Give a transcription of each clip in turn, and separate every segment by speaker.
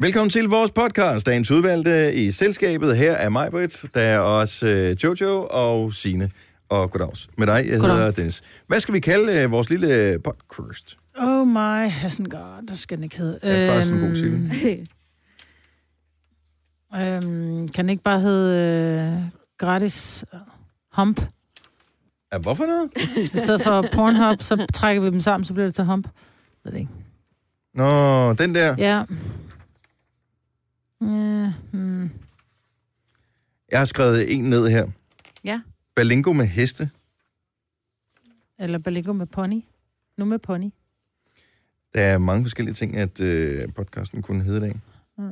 Speaker 1: Velkommen til vores podcast, dagens udvalgte i selskabet. Her er mig, Britt, der er også øh, Jojo og Sine og goddags med dig. Jeg hedder
Speaker 2: Goddag.
Speaker 1: Dennis. Hvad skal vi kalde øh, vores lille podcast?
Speaker 2: Oh my hasn't god, der skal den ikke hedde.
Speaker 1: Det er faktisk en god titel.
Speaker 2: øhm, kan den ikke bare hedde øh, gratis hump?
Speaker 1: Ja, hvorfor noget?
Speaker 2: I stedet for Pornhub, så trækker vi dem sammen, så bliver det til hump. Jeg Ved det ikke.
Speaker 1: Nå, den der.
Speaker 2: Ja. Ja, hmm.
Speaker 1: Jeg har skrevet en ned her.
Speaker 3: Ja.
Speaker 1: Balingo med heste.
Speaker 2: Eller Balingo med pony. Nu med pony.
Speaker 1: Der er mange forskellige ting, at øh, podcasten kunne hedde i dag.
Speaker 2: Mm.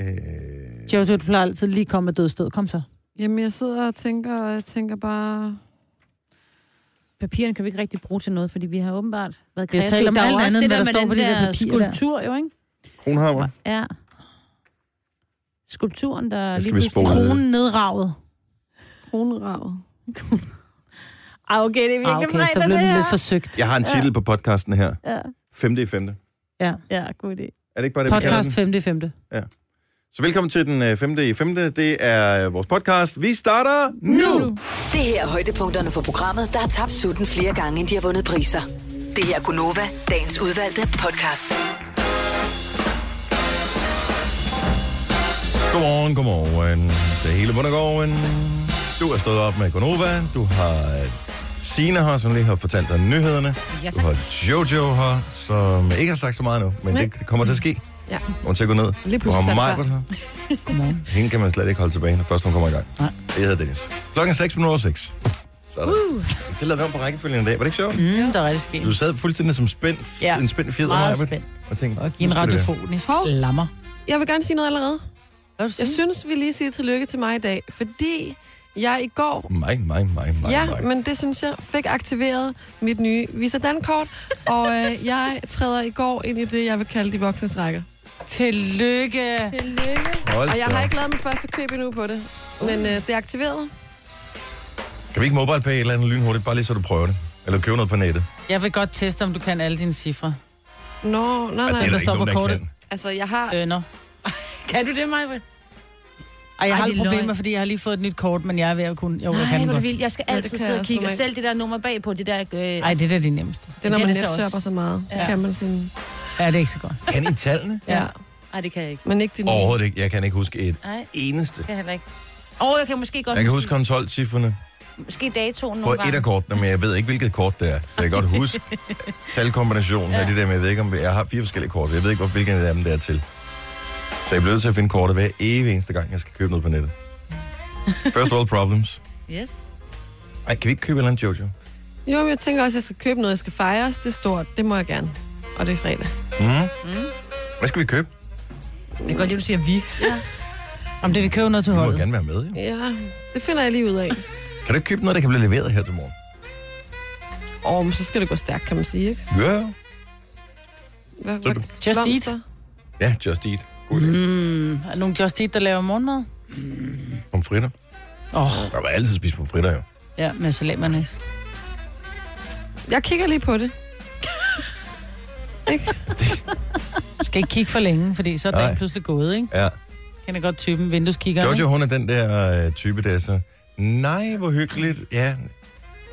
Speaker 1: Øh,
Speaker 2: Jojo, du plejer altid lige at komme med dødstød. Kom så.
Speaker 4: Jamen, jeg sidder og tænker, og jeg tænker bare...
Speaker 3: Papirerne kan vi ikke rigtig bruge til noget, fordi vi har åbenbart været
Speaker 2: Vi har
Speaker 3: kreative.
Speaker 2: talt om
Speaker 3: Der er
Speaker 2: alt
Speaker 3: jo også
Speaker 2: andet,
Speaker 3: det
Speaker 2: hvad der
Speaker 3: med
Speaker 2: står
Speaker 3: den
Speaker 2: på de der papirer der.
Speaker 3: Skulptur jo, ikke?
Speaker 1: Kronhammer.
Speaker 3: Ja. Skulpturen, der
Speaker 1: skal
Speaker 3: lige
Speaker 1: vi
Speaker 3: pludselig...
Speaker 1: spole.
Speaker 2: Kronen nedravet.
Speaker 4: Kroneravet.
Speaker 3: Ah, okay, det er
Speaker 2: Ah,
Speaker 3: virkelig
Speaker 2: okay, så blev den lidt forsøgt.
Speaker 1: Jeg har en titel på podcasten her.
Speaker 3: Ja,
Speaker 1: Femte i femte.
Speaker 3: ja, god idé.
Speaker 1: Er det ikke bare det, vi kalder
Speaker 2: Podcast
Speaker 1: den?
Speaker 2: 5. 5.
Speaker 1: Så velkommen til den øh, femte i femte. Det er øh, vores podcast. Vi starter nu! nu.
Speaker 5: Det her er højdepunkterne for programmet, der har tabt sutten flere gange, end de har vundet priser. Det her er Gunova, dagens udvalgte podcast.
Speaker 1: Godmorgen, godmorgen til hele Bundegården. Du er stået op med Gonova. Du har øh, Sina her, som lige har fortalt dig nyhederne.
Speaker 3: Ja,
Speaker 1: Du
Speaker 3: tak.
Speaker 1: har Jojo her, som ikke har sagt så meget nu, men det, det kommer til at ske.
Speaker 4: Ja.
Speaker 1: Hun til at gå ned.
Speaker 4: Lige
Speaker 1: Du har
Speaker 4: pludselig er
Speaker 1: Majbert
Speaker 4: det
Speaker 1: her. Godmorgen. Hende kan man slet ikke holde tilbage, når først hun kommer i gang.
Speaker 2: Nej.
Speaker 1: Jeg hedder Dennis. Klokken er 6 minutter over 6. Sådan. Uh. Jeg tillader være på rækkefølgen i dag. Var det ikke sjovt?
Speaker 2: Mm, der er rigtig sket.
Speaker 1: Du sad fuldstændig som spændt, ja.
Speaker 2: Ja.
Speaker 1: en spændt fjeder,
Speaker 2: Meget
Speaker 1: Majbert,
Speaker 2: spændt.
Speaker 1: Og tænkte,
Speaker 2: Og
Speaker 1: nu
Speaker 2: give en
Speaker 1: skal det være.
Speaker 2: radiofonisk
Speaker 4: Hov.
Speaker 2: lammer.
Speaker 4: Jeg vil gerne sige noget allerede.
Speaker 2: Hvad vil du
Speaker 4: Jeg
Speaker 2: sige?
Speaker 4: synes, vi lige siger tillykke til mig i dag, fordi jeg i går...
Speaker 1: Mig, mig, mig, mig,
Speaker 4: Ja,
Speaker 1: mig.
Speaker 4: men det synes jeg fik aktiveret mit nye Visa Dankort, og øh, jeg træder i går ind i det, jeg vil kalde de voksnes rækker.
Speaker 2: Tillykke.
Speaker 1: Hold
Speaker 4: Og jeg
Speaker 1: da
Speaker 4: har
Speaker 1: op.
Speaker 4: ikke lavet mit første køb endnu på det, men øh, det er aktiveret.
Speaker 1: Kan vi ikke mobile pay et eller andet lynhurtigt, bare lige så du prøver det? Eller købe noget på nettet?
Speaker 2: Jeg vil godt teste, om du kan alle dine cifre.
Speaker 1: Ej,
Speaker 4: Nå, nej,
Speaker 1: det er
Speaker 4: nej.
Speaker 1: der
Speaker 2: der
Speaker 1: ikke
Speaker 2: står
Speaker 1: nogen,
Speaker 2: på
Speaker 1: der
Speaker 2: kortet.
Speaker 1: kan.
Speaker 4: Altså, jeg har...
Speaker 2: Øh, nå.
Speaker 3: Kan du det, Maja?
Speaker 2: Ej, jeg har
Speaker 3: Ej, det er
Speaker 2: lidt problemer,
Speaker 3: løgn.
Speaker 2: fordi jeg har lige fået et nyt kort, men jeg er ved at kunne... Jo, jeg kan
Speaker 3: Nej, hvor er det
Speaker 2: godt.
Speaker 3: vildt. Jeg skal
Speaker 4: Ja, det
Speaker 3: altid
Speaker 4: kan
Speaker 3: sidde
Speaker 4: jeg
Speaker 3: og
Speaker 4: også
Speaker 3: kigge. Og
Speaker 4: normalt.
Speaker 3: selv det der nummer bag på det der... Øh,
Speaker 2: Ej, det der er det nemmeste.
Speaker 4: Det er, når
Speaker 3: Ja,
Speaker 4: man
Speaker 3: det er så
Speaker 4: netsøger så meget, så
Speaker 2: Ja.
Speaker 4: kan man sin...
Speaker 2: Ja, det er ikke så godt.
Speaker 1: Kan I tallene?
Speaker 4: Ja,
Speaker 3: Ej, det kan jeg ikke.
Speaker 4: men ikke din...
Speaker 1: Overhovedet ikke. Jeg kan ikke huske et
Speaker 3: Nej,
Speaker 1: eneste.
Speaker 3: det kan jeg heller ikke. Åh, jeg kan måske godt
Speaker 1: Jeg kan huske kontrolcifrene
Speaker 3: måske datoen
Speaker 1: på
Speaker 3: nogle
Speaker 1: et af
Speaker 3: gange.
Speaker 1: kortene, men jeg ved ikke, hvilket kort det er. Så jeg kan godt huske talkombinationen af det der, men jeg ved ikke, om jeg har fire forskellige kort. Jeg ved ikke, hvor- hvilken af dem det er til. Så jeg bliver nødt til at finde kortet hver evig eneste gang, jeg skal købe noget på nettet. First world problems.
Speaker 3: Yes.
Speaker 1: Ej, kan vi ikke købe et eller andet, Jojo?
Speaker 4: Jo, men jeg tænker også, at jeg skal købe noget, jeg skal fejres. Det er stort, det må jeg gerne. Og det er fredag.
Speaker 1: Mm. Hvad skal vi købe?
Speaker 3: Jeg kan godt lide, at du siger vi.
Speaker 2: Om det vil købe noget til
Speaker 1: Du må
Speaker 2: holdet.
Speaker 1: gerne være med, jo.
Speaker 4: Ja, det finder jeg lige ud af.
Speaker 1: Kan du ikke købe noget, der kan blive leveret her til morgen?
Speaker 4: Åh, oh, men så skal det gå stærkt, kan man sige, ikke?
Speaker 1: Ja.
Speaker 4: Hvad,
Speaker 1: Så-
Speaker 4: hvad-
Speaker 2: Just
Speaker 4: blomster?
Speaker 1: Ja, just eat. God idé.
Speaker 2: Mm, er der nogen Just Eat, der laver morgenmad?
Speaker 1: Pomfritter.
Speaker 2: Mm. Åh, oh,
Speaker 1: Der var altid spist pomfritter, jo.
Speaker 2: ja, med salatmanis.
Speaker 4: Jeg kigger lige på det.
Speaker 2: Du skal ikke kigge for længe, fordi så er
Speaker 1: Nej.
Speaker 2: dagen pludselig gået, ikke?
Speaker 1: Ja.
Speaker 2: Kender godt typen, vindueskigger,
Speaker 1: Jojo,
Speaker 2: ikke?
Speaker 1: hun er den der øh, type, der er så, nej, hvor hyggeligt, ja.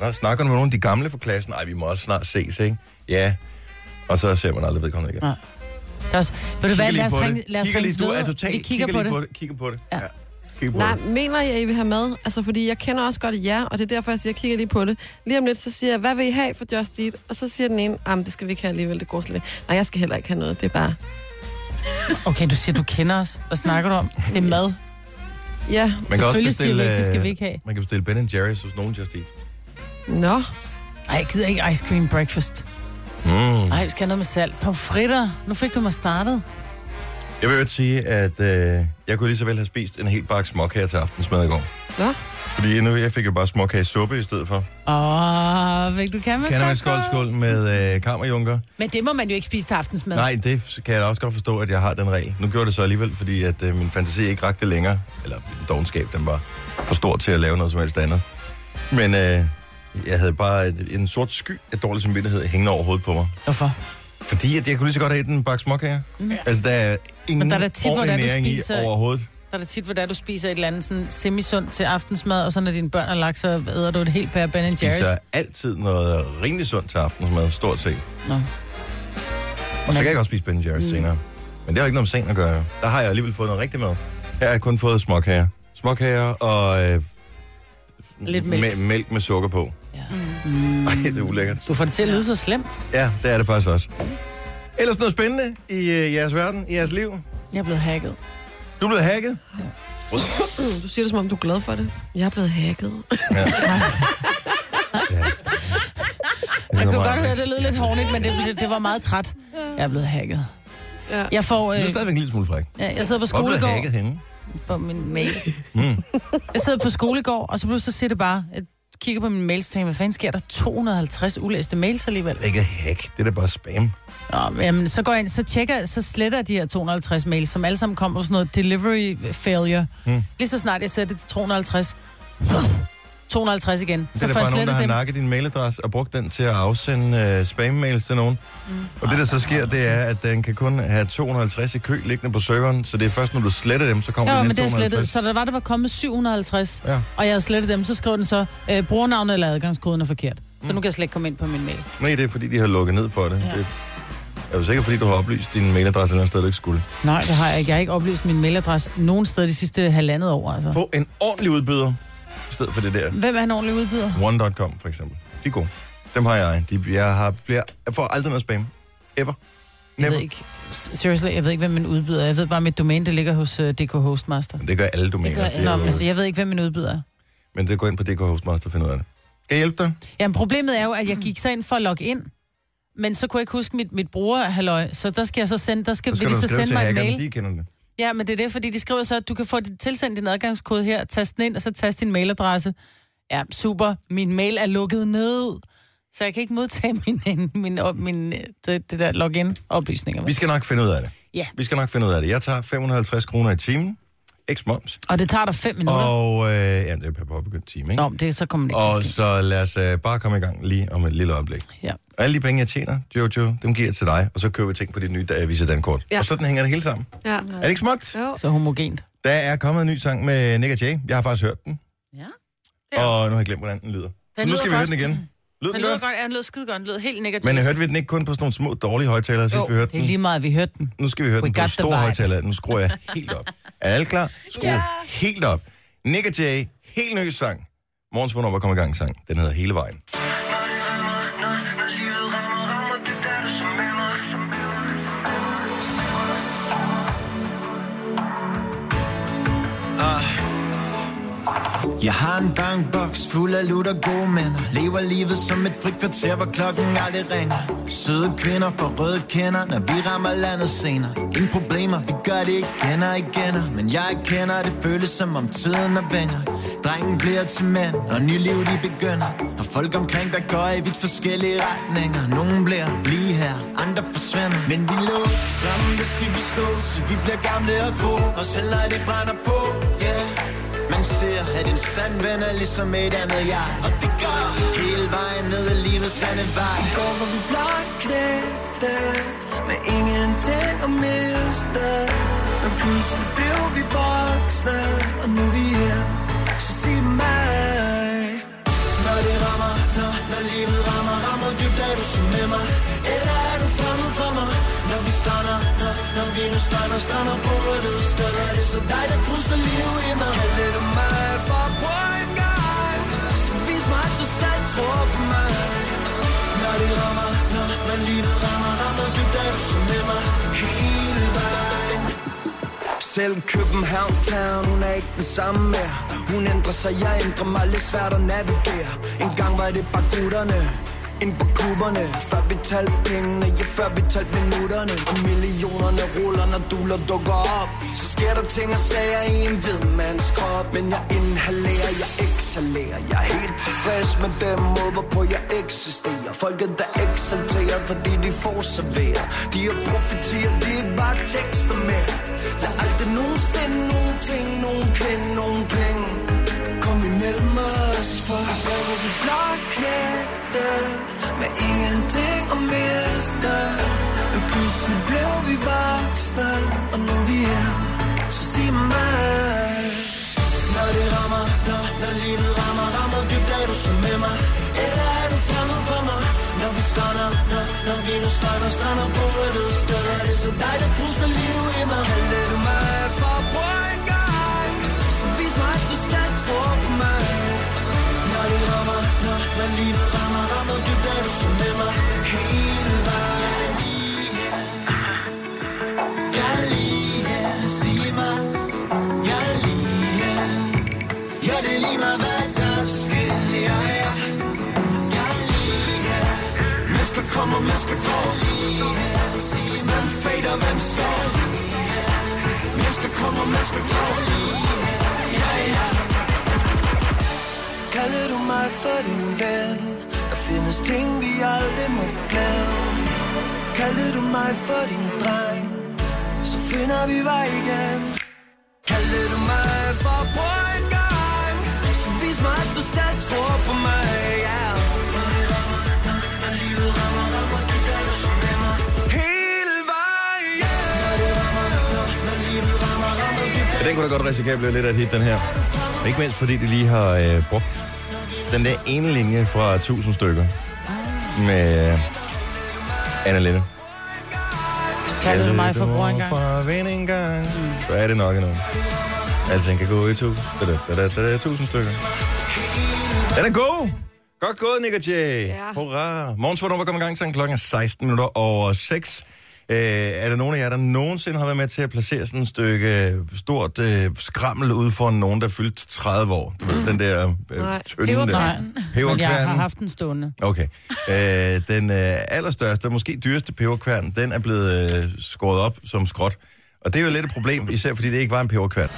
Speaker 1: Nå, snakker du med nogle af de gamle fra klassen? Nej, vi må også snart ses, ikke? Ja. Og så ser man aldrig vedkommende igen.
Speaker 2: Nej, Der er også- Ved du hvad,
Speaker 1: lige
Speaker 2: lad os
Speaker 1: på
Speaker 2: ringe,
Speaker 1: det.
Speaker 2: lad os
Speaker 1: Kigger
Speaker 2: ringe
Speaker 1: lige, du er totalt,
Speaker 2: Vi kigger på
Speaker 1: lige
Speaker 2: det.
Speaker 1: det. Kigger på det.
Speaker 2: Ja.
Speaker 1: Ja. Kigger på
Speaker 4: Nej,
Speaker 1: det.
Speaker 4: mener jeg, at I vil have med? Altså, fordi jeg kender også godt jer, og det er derfor, jeg siger, at jeg kigger lige på det. Lige om lidt, så siger jeg, hvad vil I have for Just Eat? Og så siger den ene, jamen, det skal vi ikke have alligevel, det går slet ikke. Nej, jeg skal heller ikke have noget, det er bare...
Speaker 2: Okay, du siger, du kender os. Hvad snakker du om? Det er mad.
Speaker 4: Ja,
Speaker 1: Man kan også
Speaker 2: Selvfølgelig siger vi
Speaker 1: bestille,
Speaker 2: ikke, det skal
Speaker 1: øh,
Speaker 2: vi ikke have.
Speaker 1: Man kan bestille Ben Jerry's hos nogen, Just Eat.
Speaker 4: nå.
Speaker 2: Ej, jeg gider ikke ice cream breakfast.
Speaker 1: Mm.
Speaker 2: Ej, vi skal have noget med salt. Pomfritter. Nu fik du mig startet.
Speaker 1: Jeg vil jo sige, at øh, jeg kunne lige så vel have spist en hel bakke småkager til aftensmad i går.
Speaker 4: Nå.
Speaker 1: Fordi nu, jeg fik jo bare småkage suppe i stedet for.
Speaker 2: Åh, fik du kan man
Speaker 1: Kan man
Speaker 2: skål,
Speaker 1: skål, skål med øh, kammerjunker?
Speaker 2: Men det må man jo ikke spise til aftensmad.
Speaker 1: Nej, det kan jeg da også godt forstå, at jeg har den regel. Nu gjorde jeg det så alligevel, fordi at øh, min fantasi ikke rakte længere. Eller min dogenskab, den var for stor til at lave noget som helst andet. Men øh, jeg havde bare et, en sort sky af dårlig samvittighed hængende over hovedet på mig.
Speaker 2: Hvorfor?
Speaker 1: Fordi at jeg kunne lige så godt have et en bakke småkager. Ja. Altså, der er ingen
Speaker 2: Mm. der er da tit, hvor
Speaker 1: ordentlig
Speaker 2: det er, du
Speaker 1: næring i
Speaker 2: spiser-
Speaker 1: overhovedet.
Speaker 2: Der er det tit, hvor det er, du spiser et eller andet sådan semisundt til aftensmad, og så når dine børn er lagt, så æder du et helt pære Ben Jerry's.
Speaker 1: spiser altid noget rimelig sundt til aftensmad, stort set.
Speaker 2: Nå.
Speaker 1: Og så
Speaker 2: Men-
Speaker 1: kan jeg godt spise Ben Jerry's mm. senere. Men det har ikke noget med sagen at gøre. Der har jeg alligevel fået noget rigtig mad. Her har jeg kun fået småkager. Småkager og... Øh,
Speaker 2: Lidt mælk.
Speaker 1: Med, mælk med sukker på.
Speaker 2: Ja.
Speaker 1: Ej, det er ulækkert.
Speaker 2: Du får det til at lyde så slemt.
Speaker 1: Ja, det er det faktisk også. Ellers noget spændende i øh, jeres verden, i jeres liv.
Speaker 2: Jeg er blevet hacket.
Speaker 1: Du er blevet hacket.
Speaker 4: Mm, Du siger det, som om du er glad for det. Jeg er blevet hacket.
Speaker 1: Ja. ja.
Speaker 2: Jeg kunne godt høre, det lød lidt hårdt, men det, det, det, var meget træt. Jeg er blevet hacket.
Speaker 4: Ja.
Speaker 2: Jeg, får, øh,
Speaker 1: Du er stadigvæk en lille smule fræk.
Speaker 2: ja, jeg sidder på
Speaker 1: Hvor blev
Speaker 2: skolegård
Speaker 1: hacket henne?
Speaker 2: på min mail.
Speaker 1: Mm.
Speaker 2: Jeg sidder på skolegård, og så pludselig så siger det bare, jeg kigger på min mail, og tænker, hvad fanden sker der? 250 ulæste mails alligevel.
Speaker 1: Det er ikke hack, det er da bare spam.
Speaker 2: Nå, jamen, så går jeg ind, så tjekker, så sletter jeg de her 250 mails, som alle sammen kommer på sådan noget delivery failure.
Speaker 1: Mm.
Speaker 2: Mm. Lige så snart jeg sætter det til 250, 250 igen.
Speaker 1: Så
Speaker 2: Så
Speaker 1: det er
Speaker 2: får
Speaker 1: da
Speaker 2: jeg
Speaker 1: bare nogen, der
Speaker 2: slettet
Speaker 1: har
Speaker 2: dem.
Speaker 1: nakket din mailadresse og brugt den til at afsende uh, spam-mails til nogen. Mm. Og det, der så sker, det er, at den kan kun have 250 i kø liggende på serveren, så det er først, når du sletter dem, så kommer
Speaker 2: Ja,
Speaker 1: den
Speaker 2: men det er
Speaker 1: 250.
Speaker 2: slettet. Så der var, der var kommet 750,
Speaker 1: Ja.
Speaker 2: og jeg havde slettet dem, så skrev den så, øh, brugernavnet eller adgangskoden er forkert.
Speaker 1: Mm.
Speaker 2: Så nu kan jeg slet ikke komme ind på min mail.
Speaker 1: Nej, det er fordi, de har lukket ned for det. Ja. det er jo sikkert, fordi du har oplyst din mailadresse et eller andet sted, du ikke skulle.
Speaker 2: Nej, det har jeg ikke. Jeg har ikke oplyst min mailadresse nogen sted de sidste halvandet år, altså.
Speaker 1: Få en ordentlig udbyder, i stedet for det der
Speaker 2: Hvem er en ordentlig udbyder?
Speaker 1: One.com for eksempel. De er gode. Dem har jeg. De, jeg, har, bliver, jeg får aldrig noget spam. Ever.
Speaker 2: Jeg
Speaker 1: Never.
Speaker 2: ved ikke. Seriously, jeg ved ikke, hvem min udbyder er. Jeg ved bare, at mit domæne, det ligger hos uh, DK Hostmaster.
Speaker 1: Men det gør alle domæner.
Speaker 3: Det gør
Speaker 1: Det
Speaker 2: Nå,
Speaker 1: er
Speaker 2: men
Speaker 1: jo-
Speaker 2: altså, jeg ved ikke, hvem min udbyder er.
Speaker 1: men det går ind på DK Hostmaster og finder ud af det. Skal jeg hjælpe dig?
Speaker 2: Jamen, problemet er jo, at jeg gik så ind for at logge ind, men så kunne jeg ikke huske mit, mit bruger, halløj. Så der skal jeg så sende, der skal,
Speaker 1: Så skal
Speaker 2: vil
Speaker 1: du
Speaker 2: de så
Speaker 1: skrive
Speaker 2: sende
Speaker 1: til
Speaker 2: mig en
Speaker 1: hackerne,
Speaker 2: mail.
Speaker 1: de kender det.
Speaker 2: Ja, men det er det, fordi de skriver så, at du kan få dit, tilsendt din adgangskode her, tast den ind, og så tast din mailadresse. Ja, super. Min mail er lukket ned, så jeg kan ikke modtage min, øh, min, min det, det der login-oplysninger.
Speaker 1: Vi skal nok finde ud af det.
Speaker 2: Ja.
Speaker 1: Vi skal nok finde ud af det. Jeg tager 550 kroner i timen. X moms.
Speaker 2: Og det tager dig fem minutter. Og...
Speaker 1: Og øh, ja, det er per påbegyndt time, ikke?
Speaker 2: Nå, men det, så kommer det ikke
Speaker 1: Og
Speaker 2: til at ske.
Speaker 1: så lad os øh, bare komme i gang lige om et lille øjeblik.
Speaker 2: Ja.
Speaker 1: Og alle de penge, jeg tjener, Jojo, dem giver jeg til dig, og så køber vi ting på dit nye øh, Visa Dankort. Ja.
Speaker 4: Ja.
Speaker 1: Og sådan hænger det hele sammen.
Speaker 4: Ja.
Speaker 1: Er det ikke smukt?
Speaker 4: Jo.
Speaker 2: Så homogent.
Speaker 1: Der er kommet en ny sang med Nick Jay. Jeg har faktisk hørt den,
Speaker 3: Ja.
Speaker 1: ja. og nu har jeg glemt, hvordan den lyder. nu
Speaker 2: lyder
Speaker 1: skal vi høre
Speaker 2: godt.
Speaker 1: den igen. Lyder den,
Speaker 2: Den
Speaker 1: den
Speaker 2: lød
Speaker 1: godt?
Speaker 2: godt, ja, den lød skide godt, den lød helt negativt.
Speaker 1: Men hørte vi den ikke kun på sådan nogle små, dårlige højtalere, sidst vi hørte
Speaker 2: Det
Speaker 1: den?
Speaker 2: er lige meget, vi hørte den.
Speaker 1: Nu skal vi høre
Speaker 2: We
Speaker 1: den på
Speaker 2: got the
Speaker 1: stor
Speaker 2: vibe.
Speaker 1: højtaler. Nu skruer jeg helt op. Er alle klar? Skru yeah. helt op. Nick og Jay, helt ny sang. Morgens vågn op og kom i gang sang. Den hedder Hele vejen.
Speaker 6: Jeg har en bankboks fuld af lutter gode minder Lever livet som et frikvarter, hvor klokken aldrig ringer Søde kvinder får røde kender, når vi rammer landet senere Ingen problemer, vi gør det igen og igen og- Men jeg kender, det føles som om tiden er venner Drengen bliver til mænd, og ny liv de begynder Og folk omkring, der går i vidt forskellige retninger Nogen bliver lige her, andre forsvinder Men vi lå sammen, det skal vi stå Til vi bliver gamle og grå, og selv når det brænder på, yeah man ser, at en sand ven er ligesom et andet jeg Og det går hele vejen ned ad livets sande vej I går, hvor vi blot knægte Med ingenting at miste Men pludselig blev vi voksne Og nu er vi her, så sig mig når det rammer, når, når livet rammer Rammer dybt, er du så med mig Eller er du fremmed for mig Når vi strander, når, når vi nu strander Strander på rødt sted Er det så dig, der puster liv i mig Kald lidt om mig for på en gang Så vis mig, at du stadig tror på mig Når det rammer, når, når livet rammer Rammer dybt, er du så med mig Hele vejen selv København Town, hun er ikke den samme mere Hun ændrer sig, jeg ændrer mig, lidt svært at navigere En gang var det bare gutterne ind på klubberne Før vi talte pengene, ja før vi talte minutterne Og millionerne ruller, når duler dukker op Så sker der ting og sager i en hvid mands krop Men jeg inhalerer, jeg exhalerer Jeg er helt tilfreds med dem måder på jeg eksisterer Folket der eksalterer, fordi de får serveret De er profiterer, de er ikke bare tekster mere Lad aldrig nogensinde nogen ting, nogen kvinde, nogen penge Kom imellem os, for hvor vil vi blot knægte Med ingenting at miste fald, og nu vi er, så sig mig. Når det rammer, når, når livet rammer, rammer dybt, er du så med mig? Eller er du fremmed for mig? Når vi strander, når, når vi nu strander, strander på et øde sted, er det så dig, der puster liv i mig? Kalder du mig for bror en gang, så vis mig, at du stadig tror på mig. Når det rammer, når, når livet rammer, rammer dybt, er du så med mig hele vejen. Jeg er lige her, sig mig. Jeg er lige her. Ja, det er lige meget, hvad der sker. Jeg er, jeg er lige her. Mennesker kommer, mennesker går. Lige her, sig mig. Hvem fader, hvem står? Lige her. Mennesker kommer, mennesker går. Lige her, ja, ja. Kalder du mig for din ven Der findes ting vi aldrig må glemme Kalder du mig for din dreng Så finder vi vej igen Kalder du mig for bror en gang Så vis mig at du stadig tror på mig yeah. Når det rammer, når, når livet rammer, rammer det der du så med mig Hele vejen Når det rammer, når, når livet rammer, rammer det der
Speaker 1: Ja, den kunne da godt risikere at blive lidt af et hit, den her. Ikke mindst fordi de lige har øh, brugt den der ene linje fra 1000 stykker med øh, Anna Linde.
Speaker 2: Kalder du mig for bror engang?
Speaker 1: Fra ven engang. Så er det nok endnu. Alting kan gå i to. Da, da, da, da, da, da, 1000 stykker. Den er god! Godt gået, Nick og Jay. Ja. Hurra. Morgens Fornummer kommer i gang til klokken er 16 minutter over 6. Øh, er der nogen af jer, der nogensinde har været med til at placere sådan et stykke stort øh, skrammel ud for nogen, der fyldte 30 år? Du ved, Den der øh,
Speaker 4: Nej.
Speaker 1: tynde
Speaker 2: Nej,
Speaker 1: der.
Speaker 2: men jeg har
Speaker 1: Peberkværnen.
Speaker 2: haft den stående.
Speaker 1: Okay. Øh, den øh, allerstørste, og måske dyreste peberkværn, den er blevet øh, skåret op som skråt. Og det er jo lidt et problem, især fordi det ikke var en peberkværn.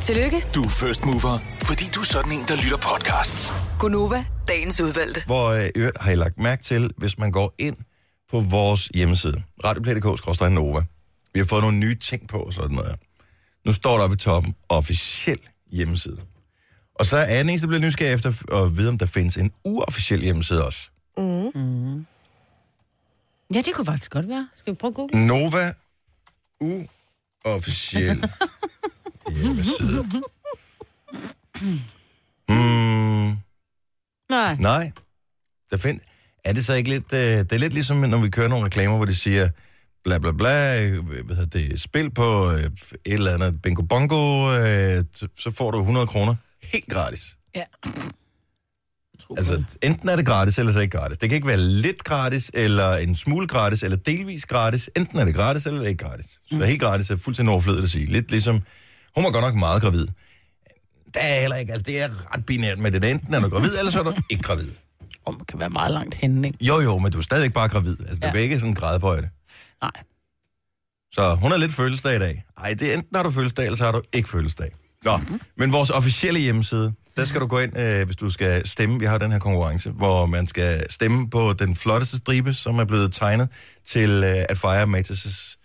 Speaker 5: Tillykke,
Speaker 7: Du er first mover, fordi du er sådan en, der lytter podcasts.
Speaker 5: Gunova, dagens udvalgte.
Speaker 1: Hvor øh, i øvrigt har I lagt mærke til, hvis man går ind på vores hjemmeside, radioplay.dk-nova. Vi har fået nogle nye ting på og sådan noget. her. Nu står der oppe i toppen, officiel hjemmeside. Og så er jeg den eneste, der bliver nysgerrig efter at vide, om der findes en uofficiel hjemmeside også.
Speaker 3: Mm. Ja, det kunne faktisk godt være. Skal vi prøve at google?
Speaker 1: Nova uofficiel hjemmeside. Mm,
Speaker 2: Nej.
Speaker 1: nej. Der find... Er det så ikke lidt... Øh, det er lidt ligesom, når vi kører nogle reklamer, hvor de siger bla bla bla, øh, hvad hedder det, spil på øh, et eller andet bingo bongo, øh, t- så får du 100 kroner helt gratis.
Speaker 3: Ja.
Speaker 1: Altså, enten er det gratis, eller så er det ikke gratis. Det kan ikke være lidt gratis, eller en smule gratis, eller delvis gratis. Enten er det gratis, eller det er ikke gratis. Så det er helt gratis er fuldstændig overflødigt at sige. Lidt ligesom, hun var godt nok meget gravid. Det er heller ikke, altså det er ret binært med det. Enten er du gravid, eller så er du ikke gravid.
Speaker 2: Om man kan være meget langt henne, ikke?
Speaker 1: Jo, jo, men du er stadigvæk bare gravid. Altså, du
Speaker 2: Ja.
Speaker 1: kan ikke sådan græde på det.
Speaker 2: Nej.
Speaker 1: Så hun har lidt fødselsdag i dag. Ej, det er enten har du fødselsdag, eller så har du ikke fødselsdag. Nå,
Speaker 2: Mhm.
Speaker 1: men vores officielle hjemmeside, der skal du gå ind, øh, hvis du skal stemme. Vi har den her konkurrence, hvor man skal stemme på den flotteste stribe, som er blevet tegnet til øh, at fejre Matas'